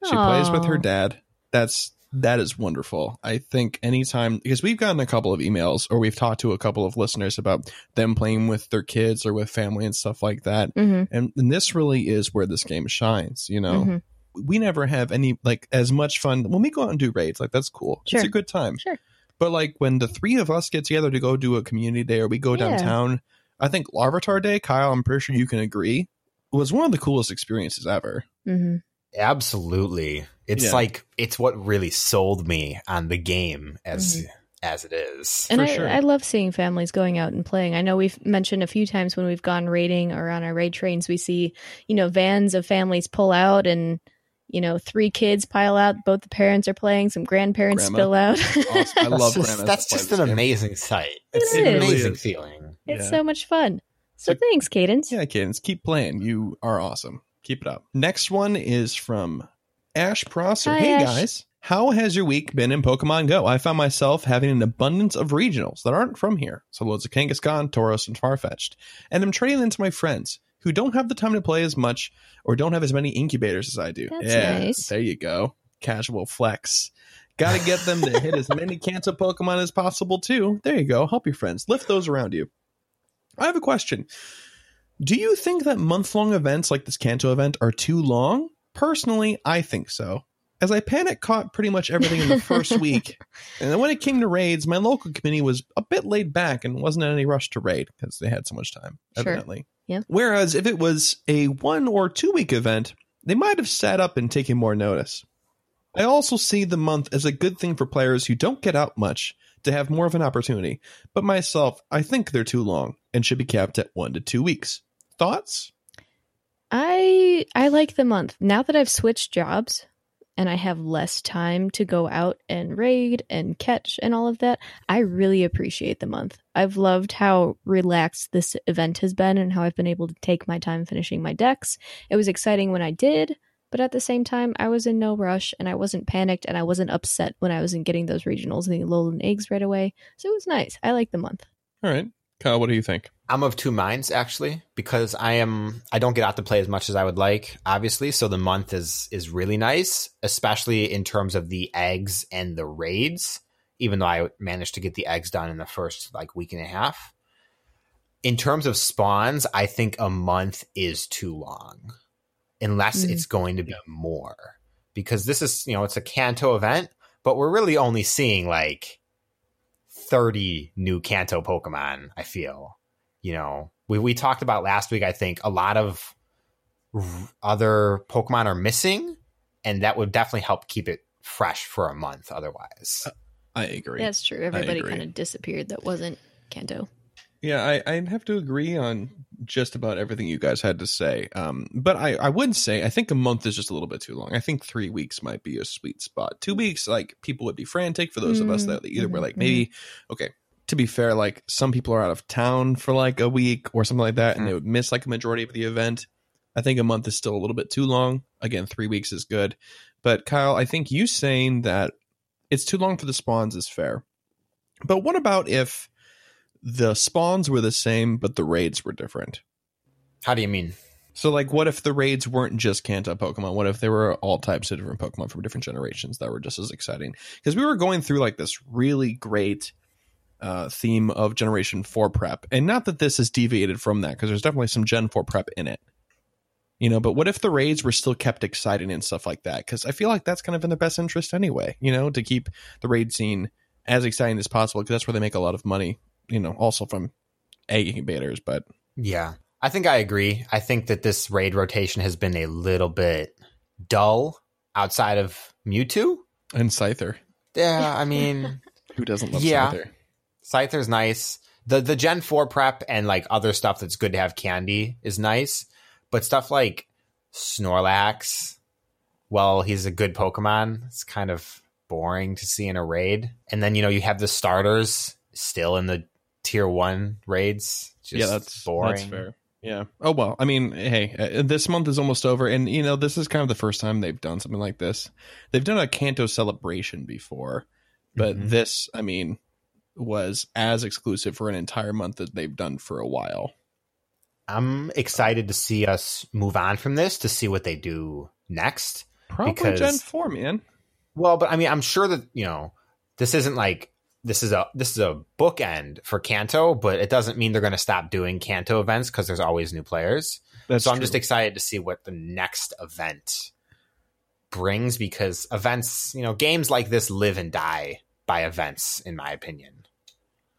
Speaker 1: She plays with her
Speaker 2: Aw.
Speaker 1: dad. That's that is wonderful. I think anytime because we've gotten a couple of emails or we've talked to a couple of listeners about them playing with their kids or with family and stuff like that.
Speaker 2: Mhm,
Speaker 1: And, and this really is where this game shines, you know.
Speaker 2: mhm.
Speaker 1: we never have any like as much fun when we go out and do raids like that's cool
Speaker 2: Sure.
Speaker 1: it's a good time
Speaker 2: Sure.
Speaker 1: but like when the three of us get together to go do a community day or we go
Speaker 2: Yeah.
Speaker 1: downtown i think larvitar day kyle i'm pretty sure you can agree was one of the coolest experiences ever
Speaker 2: Mm-hmm.
Speaker 3: Absolutely. It's
Speaker 1: Yeah.
Speaker 3: like it's what really sold me on the game as as it is.
Speaker 2: And
Speaker 1: For
Speaker 2: I,
Speaker 1: sure.
Speaker 2: I love seeing families going out and playing. I know we've mentioned a few times when we've gone raiding or on our raid trains, we see, you know, vans of families pull out and, you know, three kids pile out. Both the parents are playing, some grandparents
Speaker 1: Grandma.
Speaker 2: spill out.
Speaker 1: Awesome. I
Speaker 3: That's
Speaker 1: love
Speaker 3: just-
Speaker 1: grandmas
Speaker 3: That's
Speaker 1: that play
Speaker 3: just
Speaker 1: this
Speaker 3: an
Speaker 1: game.
Speaker 3: amazing sight. It's
Speaker 2: It
Speaker 3: an
Speaker 2: is.
Speaker 3: amazing
Speaker 1: is.
Speaker 3: feeling.
Speaker 2: it's
Speaker 1: Yeah.
Speaker 2: so much fun. So
Speaker 1: So-
Speaker 2: thanks, Cadence.
Speaker 1: Yeah, Cadence, keep playing. You are awesome. Keep it up. Next one is from Ash Prosser.
Speaker 2: Hi,
Speaker 1: hey
Speaker 2: Ash.
Speaker 1: guys, how has your week been in Pokemon Go? I found myself having an abundance of regionals that aren't from here. So loads of Kangaskhan, Tauros, and Farfetch'd. And I'm trading them to my friends who don't have the time to play as much or don't have as many incubators as I do.
Speaker 2: That's
Speaker 1: yeah,
Speaker 2: nice.
Speaker 1: there you go. Casual flex. Got to get them to hit as many cancer Pokemon as possible, too. There you go. Help your friends. Lift those around you. I have a question. Do you think that month long events like this Kanto event are too long? Personally, I think so. As I panic caught pretty much everything in the first week, and then when it came to raids, my local committee was a bit laid back and wasn't in any rush to raid because they had so much time,
Speaker 2: Sure.
Speaker 1: evidently.
Speaker 2: Yeah.
Speaker 1: Whereas if it was a one or two week event, they might have sat up and taken more notice. I also see the month as a good thing for players who don't get out much to have more of an opportunity, but myself, I think they're too long and should be capped at one to two weeks. Thoughts?
Speaker 2: I I like the month. Now that I've switched jobs and I have less time to go out and raid and catch and all of that, I really appreciate the month. I've loved how relaxed this event has been and how I've been able to take my time finishing my decks. It was exciting when I did, but at the same time, I was in no rush and I wasn't panicked and I wasn't upset when I wasn't getting those regionals and the Alolan eggs right away. So it was nice. I like the month.
Speaker 1: All right. Kyle, what do you think?
Speaker 3: I'm of two minds actually because I am I don't get out to play as much as I would like obviously so the month is is really nice especially in terms of the eggs and the raids even though I managed to get the eggs done in the first like week and a half in terms of spawns I think a month is too long unless
Speaker 2: Mhm.
Speaker 3: it's going to be more because this is you know it's a Kanto event but we're really only seeing like 30 new Kanto Pokemon, I feel. You know, we, we talked about last week, I think a lot of r- other Pokemon are missing, and that would definitely help keep it fresh for a month otherwise.
Speaker 1: I agree.
Speaker 2: That's true. Everybody
Speaker 1: agree.
Speaker 2: kind of disappeared that wasn't Kanto.
Speaker 1: Yeah, I, I have to agree on just about everything you guys had to say. Um, but I, I would say I think a month is just a little bit too long. I think three weeks might be a sweet spot. Two weeks, like people would be frantic for those of us
Speaker 2: Mm,
Speaker 1: that either were
Speaker 2: mhm,
Speaker 1: like maybe okay. To be fair, like some people are out of town for like a week or something like that, and they would miss like a majority of the event. I think a month is still a little bit too long. Again, three weeks is good. But Kyle, I think you saying that it's too long for the spawns is fair. But what about if the spawns were the same, but the raids were different?
Speaker 3: How do you mean?
Speaker 1: So, like, what if the raids weren't just Kanto Pokemon? What if there were all types of different Pokemon from different generations that were just as exciting? Because we were going through like this really great uh, theme of Generation 4 prep. And not that this is deviated from that, because there's definitely some Gen 4 prep in it. You know, but what if the raids were still kept exciting and stuff like that? Because I feel like that's kind of in the best interest anyway, you know, to keep the raid scene as exciting as possible, because that's where they make a lot of money, you know, also from egg incubators. But
Speaker 3: Yeah. I think I agree. I think that this raid rotation has been a little bit dull outside of Mewtwo.
Speaker 1: and Scyther,
Speaker 3: Yeah, I mean.
Speaker 1: who doesn't love
Speaker 3: Yeah.
Speaker 1: Scyther?
Speaker 3: Scyther's nice. The the Gen 4 prep and like other stuff that's good to have candy is nice. But stuff like Snorlax, well, he's a good Pokemon. It's kind of boring to see in a raid. And then, you know, you have the starters still in the tier one raids. Just
Speaker 1: yeah, that's
Speaker 3: boring.
Speaker 1: That's fair. Yeah. Oh well. I mean, hey, uh, this month is almost over, and you know this is kind of the first time they've done something like this. They've done a Canto celebration before, but
Speaker 3: Mhm.
Speaker 1: this, I mean, was as exclusive for an entire month that they've done for a while.
Speaker 3: I'm excited to see us move on from this to see what they do next.
Speaker 1: Probably
Speaker 3: Because-
Speaker 1: Gen Four, man.
Speaker 3: Well, but I mean, I'm sure that you know this isn't like this is a this is a bookend for Kanto, but it doesn't mean they're going to stop doing Kanto events because there's always new players.
Speaker 1: That's
Speaker 3: so I'm
Speaker 1: true.
Speaker 3: just excited to see what the next event brings because events, you know, games like this live and die by events, in my opinion.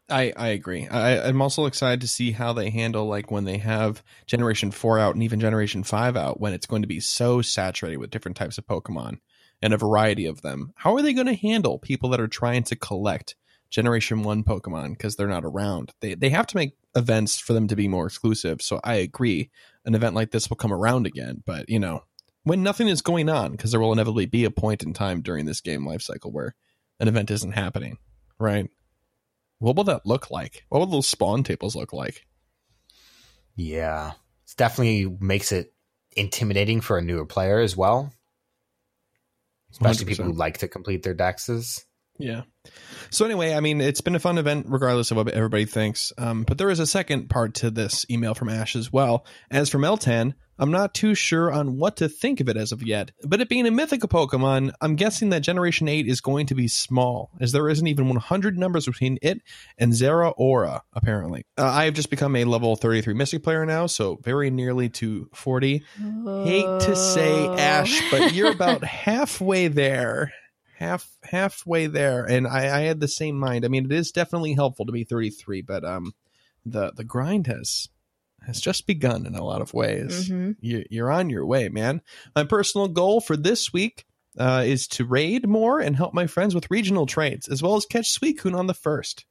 Speaker 1: I I agree. I, I'm also excited to see how they handle like when they have Generation Four out and even Generation Five out when it's going to be so saturated with different types of Pokemon and a variety of them. How are they going to handle people that are trying to collect Generation 1 Pokemon because they're not around? They, they have to make events for them to be more exclusive. So I agree. An event like this will come around again, but you know, when nothing is going on, because there will inevitably be a point in time during this game life cycle where an event isn't happening, right? What will that look like? What will those spawn tables look like?
Speaker 3: Yeah. It definitely makes it intimidating for a newer player as well. Especially people who
Speaker 1: 100%.
Speaker 3: like to complete their dexes.
Speaker 1: Yeah. So anyway, I mean, it's been a fun event, regardless of what everybody thinks. Um, but there is a second part to this email from Ash as well. As for Meltan, I'm not too sure on what to think of it as of yet. But it being a mythical Pokemon, I'm guessing that Generation Eight is going to be small, as there isn't even 100 numbers between it and Zera Aura. Apparently, uh, I have just become a level 33 Mystic player now, so very nearly to 40. Hate to say
Speaker 2: Oh.
Speaker 1: Ash, but you're about halfway there. Half halfway there. And I, I had the same mind. I mean, it is definitely helpful to be 33, but um the the grind has has just begun in a lot of ways.
Speaker 2: Mhm.
Speaker 1: You, you're on your way, man. My personal goal for this week uh, is to raid more and help my friends with regional trades, as well as catch Suicune on the first.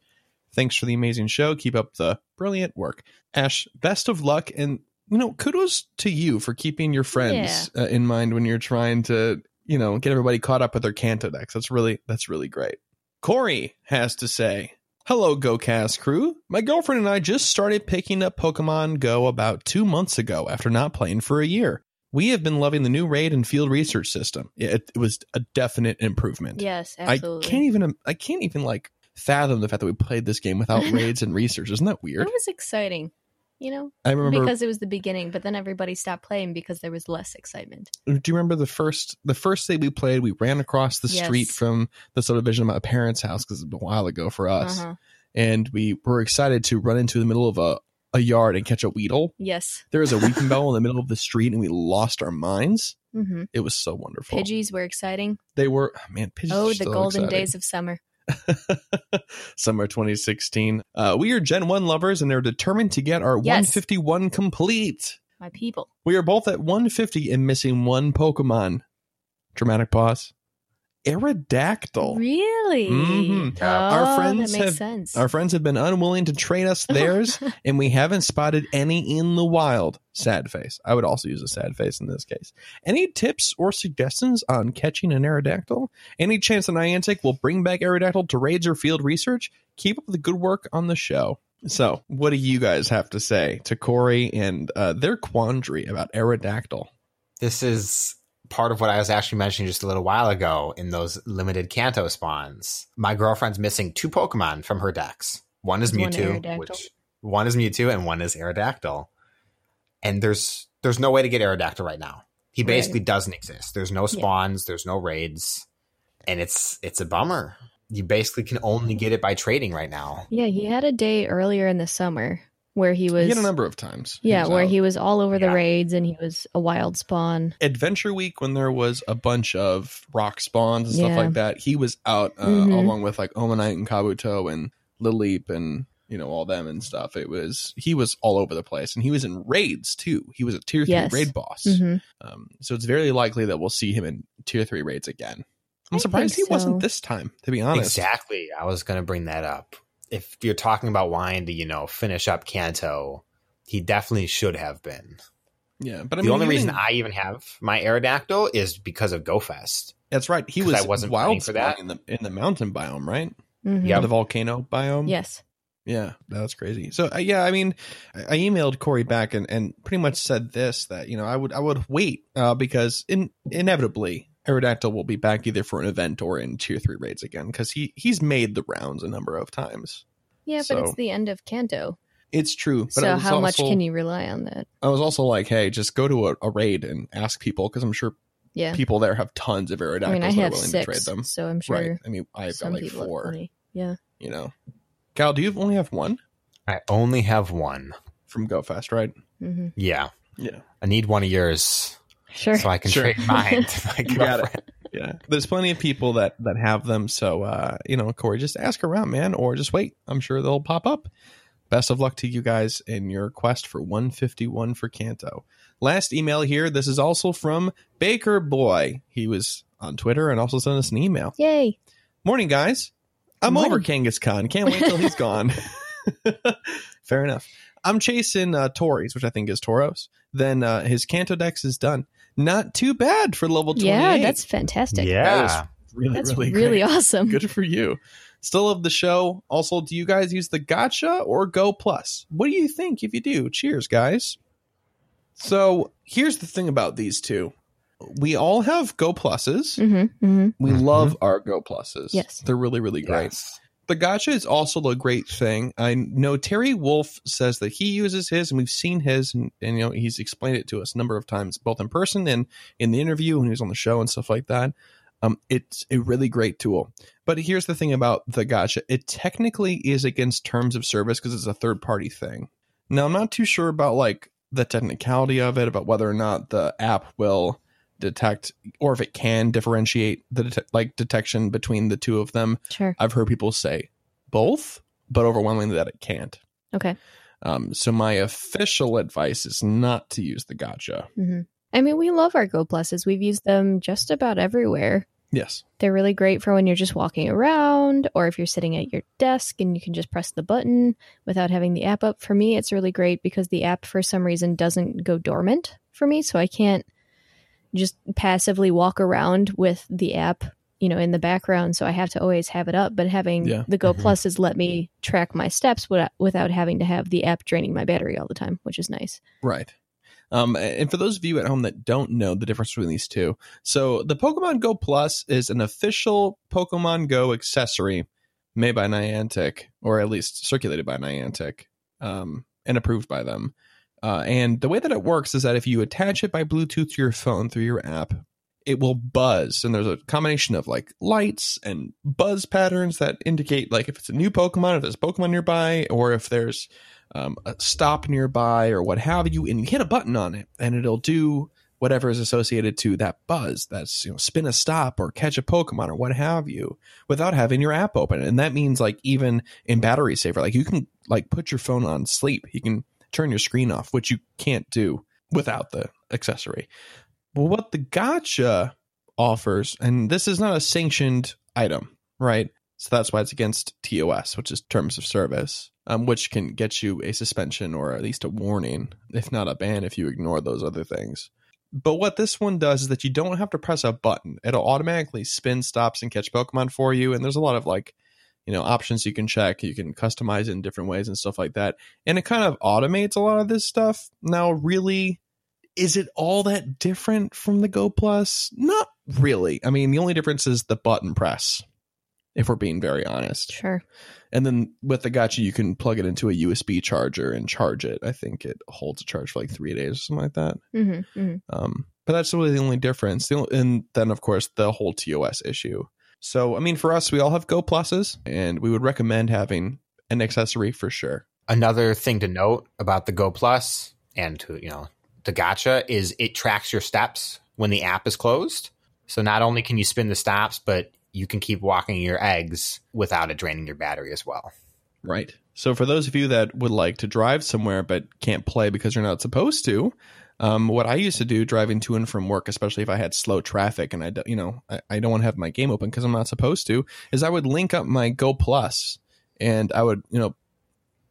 Speaker 1: Thanks for the amazing show. Keep up the brilliant work, Ash. Best of luck, and you know, kudos to you for keeping your friends uh, in mind when you're trying to, you know, get everybody caught up with their Canto decks. That's really that's really great. Corey has to say, Hello, GoCast crew. My girlfriend and I just started picking up Pokemon Go about two months ago after not playing for a year. We have been loving the new raid and field research system. It, it was a definite improvement.
Speaker 2: Yes,
Speaker 1: I
Speaker 2: absolutely.
Speaker 1: can't even I can't even like fathom the fact that we played this game without raids and research. Isn't that weird?
Speaker 2: That was exciting, you know,
Speaker 1: I remember
Speaker 2: because it was the beginning. But then everybody stopped playing because there was less excitement.
Speaker 1: do you remember the first the first day we played we ran across the
Speaker 2: Yes.
Speaker 1: street from the subdivision of my parents' house because it's been a while ago for us.
Speaker 2: Uh-huh.
Speaker 1: And we were excited to run into the middle of a, a yard and catch a Weedle.
Speaker 2: Yes,
Speaker 1: There was a weeping bell in the middle of the street, and we lost our minds.
Speaker 2: hmm
Speaker 1: It was so wonderful.
Speaker 2: Pidgeys were exciting.
Speaker 1: They were oh, man. Pidgeys
Speaker 2: Oh,
Speaker 1: are
Speaker 2: the
Speaker 1: so
Speaker 2: golden
Speaker 1: exciting.
Speaker 2: days of summer.
Speaker 1: Summer 2016. Uh, we are Gen 1 lovers, and are determined to get our
Speaker 2: Yes.
Speaker 1: 151 complete.
Speaker 2: My people.
Speaker 1: We are both at 150 and missing one Pokemon. Dramatic pause. Aerodactyl.
Speaker 2: Really?
Speaker 1: Mhm.
Speaker 2: Oh,
Speaker 3: Our
Speaker 1: friends
Speaker 2: that makes
Speaker 1: have-
Speaker 2: sense.
Speaker 1: Our friends have been unwilling to trade us theirs, and we haven't spotted any in the wild. Sad face. I would also use a sad face in this case. Any tips or suggestions on catching an Aerodactyl? Any chance that Niantic will bring back Aerodactyl to raids or field research? Keep up the good work on the show. So, what do you guys have to say to Corey and uh, their quandary about Aerodactyl?
Speaker 3: This is part of what I was actually mentioning just a little while ago in those limited Kanto spawns. My girlfriend's missing two Pokemon from her decks. One is
Speaker 2: Is one
Speaker 3: Mewtwo,
Speaker 2: Aerodactyl?
Speaker 3: which one is Mewtwo and one is Aerodactyl. And there's there's no way to get Aerodactyl right now. He
Speaker 2: Right.
Speaker 3: basically doesn't exist. There's no
Speaker 2: Yeah.
Speaker 3: spawns, there's no raids, and it's it's a bummer. You basically can only get it by trading right now.
Speaker 2: yeah, he had a day earlier in the summer where he was.
Speaker 1: He had a number of times.
Speaker 2: yeah,
Speaker 1: was
Speaker 2: where
Speaker 1: out.
Speaker 2: he was all over
Speaker 3: Yeah.
Speaker 2: the raids and he was a wild spawn.
Speaker 1: Adventure Week when there was a bunch of rock spawns and stuff
Speaker 2: Yeah.
Speaker 1: like that. He was out uh,
Speaker 2: Mhm.
Speaker 1: along with like Omanite and Kabuto and Lilip and you know all them and stuff. It was he was all over the place and he was in raids too. He was a tier three
Speaker 2: Yes.
Speaker 1: raid boss,
Speaker 2: hmm
Speaker 1: um, so it's very likely that we'll see him in tier three raids again. I'm
Speaker 2: I
Speaker 1: surprised he
Speaker 2: think so.
Speaker 1: wasn't this time, to be honest.
Speaker 3: Exactly. I was going to bring that up. If you're talking about wanting to, you know, finish up Kanto, he definitely should have been.
Speaker 1: Yeah, but I
Speaker 3: the
Speaker 1: mean,
Speaker 3: only
Speaker 1: even-
Speaker 3: reason I even have my Aerodactyl is because of GoFest.
Speaker 1: that's right, he
Speaker 3: 'cause
Speaker 1: was
Speaker 3: I wasn't planning
Speaker 1: wild
Speaker 3: for that.
Speaker 1: spawning in the in the mountain biome, right?
Speaker 3: Yeah.
Speaker 1: the volcano biome.
Speaker 2: Mm-hmm. Yes.
Speaker 1: Yeah, that's crazy. So uh, yeah, I mean, I I emailed Corey back and, and pretty much said this that you know I would I would wait uh, because in inevitably Aerodactyl will be back either for an event or in tier three raids again because he he's made the rounds a number of times.
Speaker 2: Yeah, but
Speaker 1: So-
Speaker 2: it's the end of Kanto.
Speaker 1: It's true. But
Speaker 2: So how much can you rely on that?
Speaker 1: I was also like, hey, just go to a, a raid and ask people because I'm sure
Speaker 2: Yeah.
Speaker 1: people there have tons of Aerodactyls
Speaker 2: I mean, I
Speaker 1: that are
Speaker 2: have
Speaker 1: willing to trade
Speaker 2: six,
Speaker 1: them.
Speaker 2: so I'm sure
Speaker 1: Right. I mean, I've got
Speaker 2: some
Speaker 1: like
Speaker 2: people have
Speaker 1: four.
Speaker 2: plenty. Yeah.
Speaker 1: You know, Cal, do you only have one
Speaker 3: I only have one.
Speaker 1: from GoFest, right?
Speaker 2: hmm
Speaker 3: Yeah.
Speaker 1: Yeah.
Speaker 3: I need one of yours
Speaker 2: Sure.
Speaker 3: so I can
Speaker 1: Sure.
Speaker 3: trade mine to my
Speaker 1: You got it.
Speaker 3: girlfriend.
Speaker 1: yeah there's plenty of people that that have them so uh you know corey just ask around man or just wait i'm sure they'll pop up best of luck to you guys in your quest for 151 for canto last email here this is also from baker boy he was on Twitter and also send us an email.
Speaker 2: Yay.
Speaker 1: Morning, guys. I'm
Speaker 2: Morning.
Speaker 1: over Kangas Khan. Can't wait till he's gone. Fair enough. I'm chasing uh, Tories, which I think is Toros. Then uh, his Canto Dex is done. Not too bad for level 28.
Speaker 2: Yeah, that's fantastic.
Speaker 1: That was
Speaker 3: Yeah.
Speaker 1: really,
Speaker 2: That's
Speaker 1: really,
Speaker 2: really,
Speaker 1: great.
Speaker 2: awesome.
Speaker 1: Good for you. Still love the show. Also, do you guys use the gotcha or go plus? What do you think if you do? Cheers, guys. So here's the thing about these two. We all have go pluses.
Speaker 2: hmm hmm
Speaker 1: We
Speaker 3: Mhm.
Speaker 1: love our go pluses.
Speaker 2: Yes.
Speaker 1: They're really, really great.
Speaker 3: Yes.
Speaker 1: The gotcha is also a great thing. I know Terry Wolf says that he uses his, and we've seen his, and, and you know he's explained it to us a number of times, both in person and in the interview when he was on the show and stuff like that. Um, it's a really great tool. But here's the thing about the gotcha: it technically is against terms of service because it's a third party thing. Now I'm not too sure about like the technicality of it, about whether or not the app will detect or if it can differentiate the det- like detection between the two of them.
Speaker 2: Sure.
Speaker 1: I've heard people say both, but overwhelmingly that it can't.
Speaker 2: Okay.
Speaker 1: Um, so my official advice is not to use the gotcha.
Speaker 2: I mean, we love our Go Pluses. We've used them just about everywhere.
Speaker 1: Yes.
Speaker 2: They're really great for when you're just walking around or if you're sitting at your desk and you can just press the button without having the app up. For me, it's really great because the app, for some reason, doesn't go dormant for me. So I can't just passively walk around with the app, you know, in the background. So I have to always have it up. But having
Speaker 1: Yeah.
Speaker 2: the Go
Speaker 3: Mhm.
Speaker 2: Pluses let me track my steps without- without having to have the app draining my battery all the time, which is nice.
Speaker 1: Right. Um, and for those of you at home that don't know the difference between these two, so the Pokemon Go Plus is an official Pokemon Go accessory made by Niantic, or at least circulated by Niantic, um, and approved by them. Uh, and the way that it works is that if you attach it by Bluetooth to your phone through your app, it will buzz. And there's a combination of like lights and buzz patterns that indicate like if it's a new Pokemon, if there's Pokemon nearby, or if there's um, a stop nearby or what have you, and you hit a button on it, and it'll do whatever is associated to that buzz. That's you know, spin a stop or catch a Pokemon or what have you, without having your app open. And that means like even in battery saver, like you can like put your phone on sleep. You can turn your screen off, which you can't do without the accessory. But what the gotcha offers, and this is not a sanctioned item, right? So that's why it's against TOS, which is terms of service, um, which can get you a suspension or at least a warning, if not a ban, if you ignore those other things. But what this one does is that you don't have to press a button. It'll automatically spin stops and catch Pokemon for you. And there's a lot of like, you know, options you can check. You can customize it in different ways and stuff like that. And it kind of automates a lot of this stuff. Now, really, is it all that different from the Go Plus? Not really. I mean, the only difference is the button press, if we're being very honest.
Speaker 2: Sure.
Speaker 1: And then with the gotcha, you can plug it into a USB charger and charge it. I think it holds a charge for like three days or something like that.
Speaker 2: hmm hmm
Speaker 1: Um, but that's really the only difference. The only, and then, of course, the whole TOS issue. So, I mean, for us, we all have Go Pluses, and we would recommend having an accessory for sure.
Speaker 3: Another thing to note about the Go Plus and to you know the Gotcha is it tracks your steps when the app is closed. So not only can you spin the stops, but you can keep walking your eggs without it draining your battery as well.
Speaker 1: Right. So for those of you that would like to drive somewhere but can't play because you're not supposed to, um, what I used to do driving to and from work, especially if I had slow traffic and I don't, you know, I, I don't want to have my game open because I'm not supposed to, is I would link up my Go Plus and I would, you know,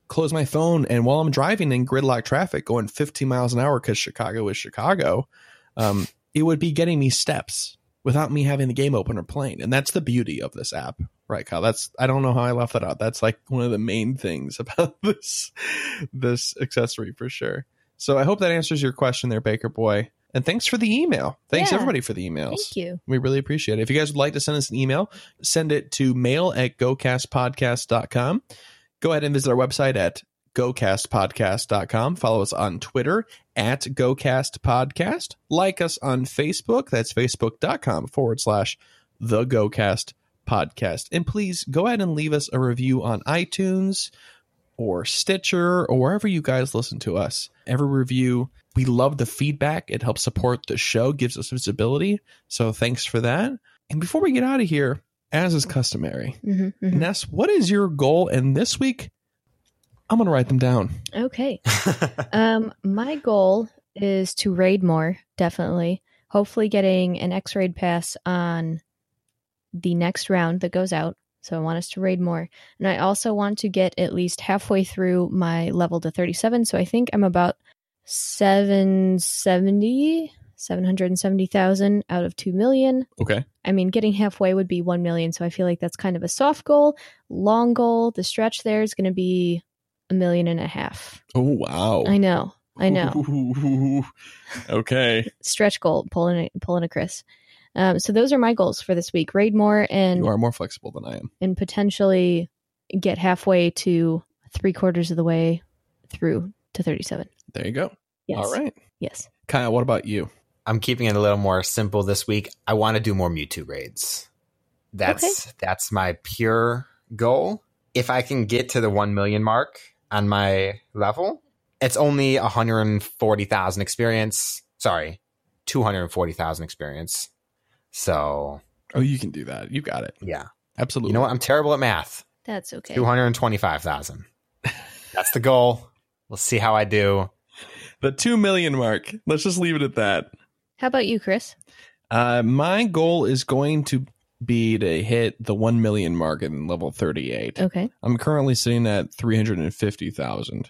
Speaker 1: close my phone and while I'm driving in gridlock traffic going 15 miles an hour because Chicago is Chicago, um, it would be getting me steps without me having the game open or playing, and that's the beauty of this app. Right, Kyle. That's I don't know how I left that out. That's like one of the main things about this this accessory for sure. So I hope that answers your question there, Baker Boy. And thanks for the email. Thanks
Speaker 2: Yeah.
Speaker 1: everybody for the emails.
Speaker 2: Thank you.
Speaker 1: We really appreciate it. If you guys would like to send us an email, send it to mail at gocastpodcast.com. Go ahead and visit our website at gocastpodcast.com. Follow us on Twitter at gocastpodcast. Like us on Facebook. That's facebook.com forward slash the gocast podcast. And please go ahead and leave us a review on iTunes or Stitcher or wherever you guys listen to us. Every review, we love the feedback. It helps support the show, gives us visibility. So thanks for that. And before we get out of here, as is customary,
Speaker 2: hmm hmm
Speaker 1: Ness, what is your goal? And this week, I'm going to write them down.
Speaker 2: Okay. Um, my goal is to raid more, definitely. hopefully getting an X raid pass on the next round that goes out. So I want us to raid more. And I also want to get at least halfway through my level to 37. So I think I'm about 770, 770,000 out of 2 million.
Speaker 1: Okay.
Speaker 2: I mean, getting halfway would be 1 million. So I feel like that's kind of a soft goal. Long goal, the stretch there is going to be a million and a half.
Speaker 1: Oh wow.
Speaker 2: I know. I know.
Speaker 1: know. okay.
Speaker 2: Stretch goal, pulling a, pulling a Chris. Um, so those are my goals for this week. Raid more and
Speaker 1: you are more flexible than I am.
Speaker 2: and potentially get halfway to three quarters of the way through to 37.
Speaker 1: There you go.
Speaker 2: Yes.
Speaker 1: All right.
Speaker 2: Yes.
Speaker 1: Kyle, what about you?
Speaker 3: I'm keeping it a little more simple this week. I want to do more Mewtwo raids. That's that's my pure goal. If I can get to the one million mark on my level, it's only hundred and forty thousand experience. Sorry, two hundred and forty thousand experience. So
Speaker 1: Oh, you can do that. You got it.
Speaker 3: yeah,
Speaker 1: Absolutely.
Speaker 3: you know what? I'm terrible at math.
Speaker 2: That's okay.
Speaker 3: Two hundred and twenty-five thousand. That's the goal. We'll see how I do.
Speaker 1: The two million mark. Let's just leave it at that.
Speaker 2: How about you, Chris?
Speaker 1: Uh, my goal is going to be to hit the one million mark in level thirty-eight.
Speaker 2: Okay.
Speaker 1: I'm currently sitting at three hundred and fifty thousand.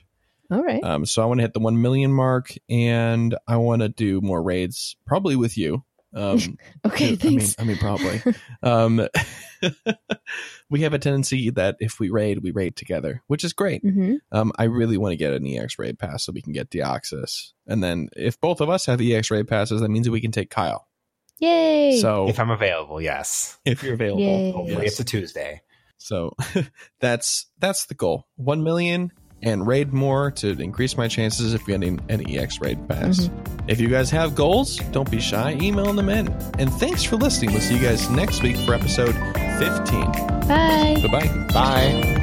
Speaker 2: All right.
Speaker 1: Um, so I want to hit the one million mark, and I want to do more raids, probably with you. Um,
Speaker 2: okay.
Speaker 1: I mean,
Speaker 2: Thanks.
Speaker 1: I mean, probably. Um, we have a tendency that if we raid, we raid together, which is great.
Speaker 2: hmm
Speaker 1: Um, I really want to get an EX raid pass so we can get Deoxys, and then if both of us have EX raid passes, that means that we can take Kyle.
Speaker 2: Mm-hmm. Yay.
Speaker 1: So
Speaker 3: If I'm available, yes.
Speaker 1: if you're available,
Speaker 2: Yay.
Speaker 3: Hopefully,
Speaker 1: Oh. Yes.
Speaker 3: it's a Tuesday.
Speaker 1: So that's that's the goal. One million and raid more to increase my chances of getting an EX raid pass. If you guys have goals, don't be shy, emailing them in. And thanks for listening. We'll see you guys next week for episode 15.
Speaker 2: Bye.
Speaker 1: Bye bye.
Speaker 3: Bye.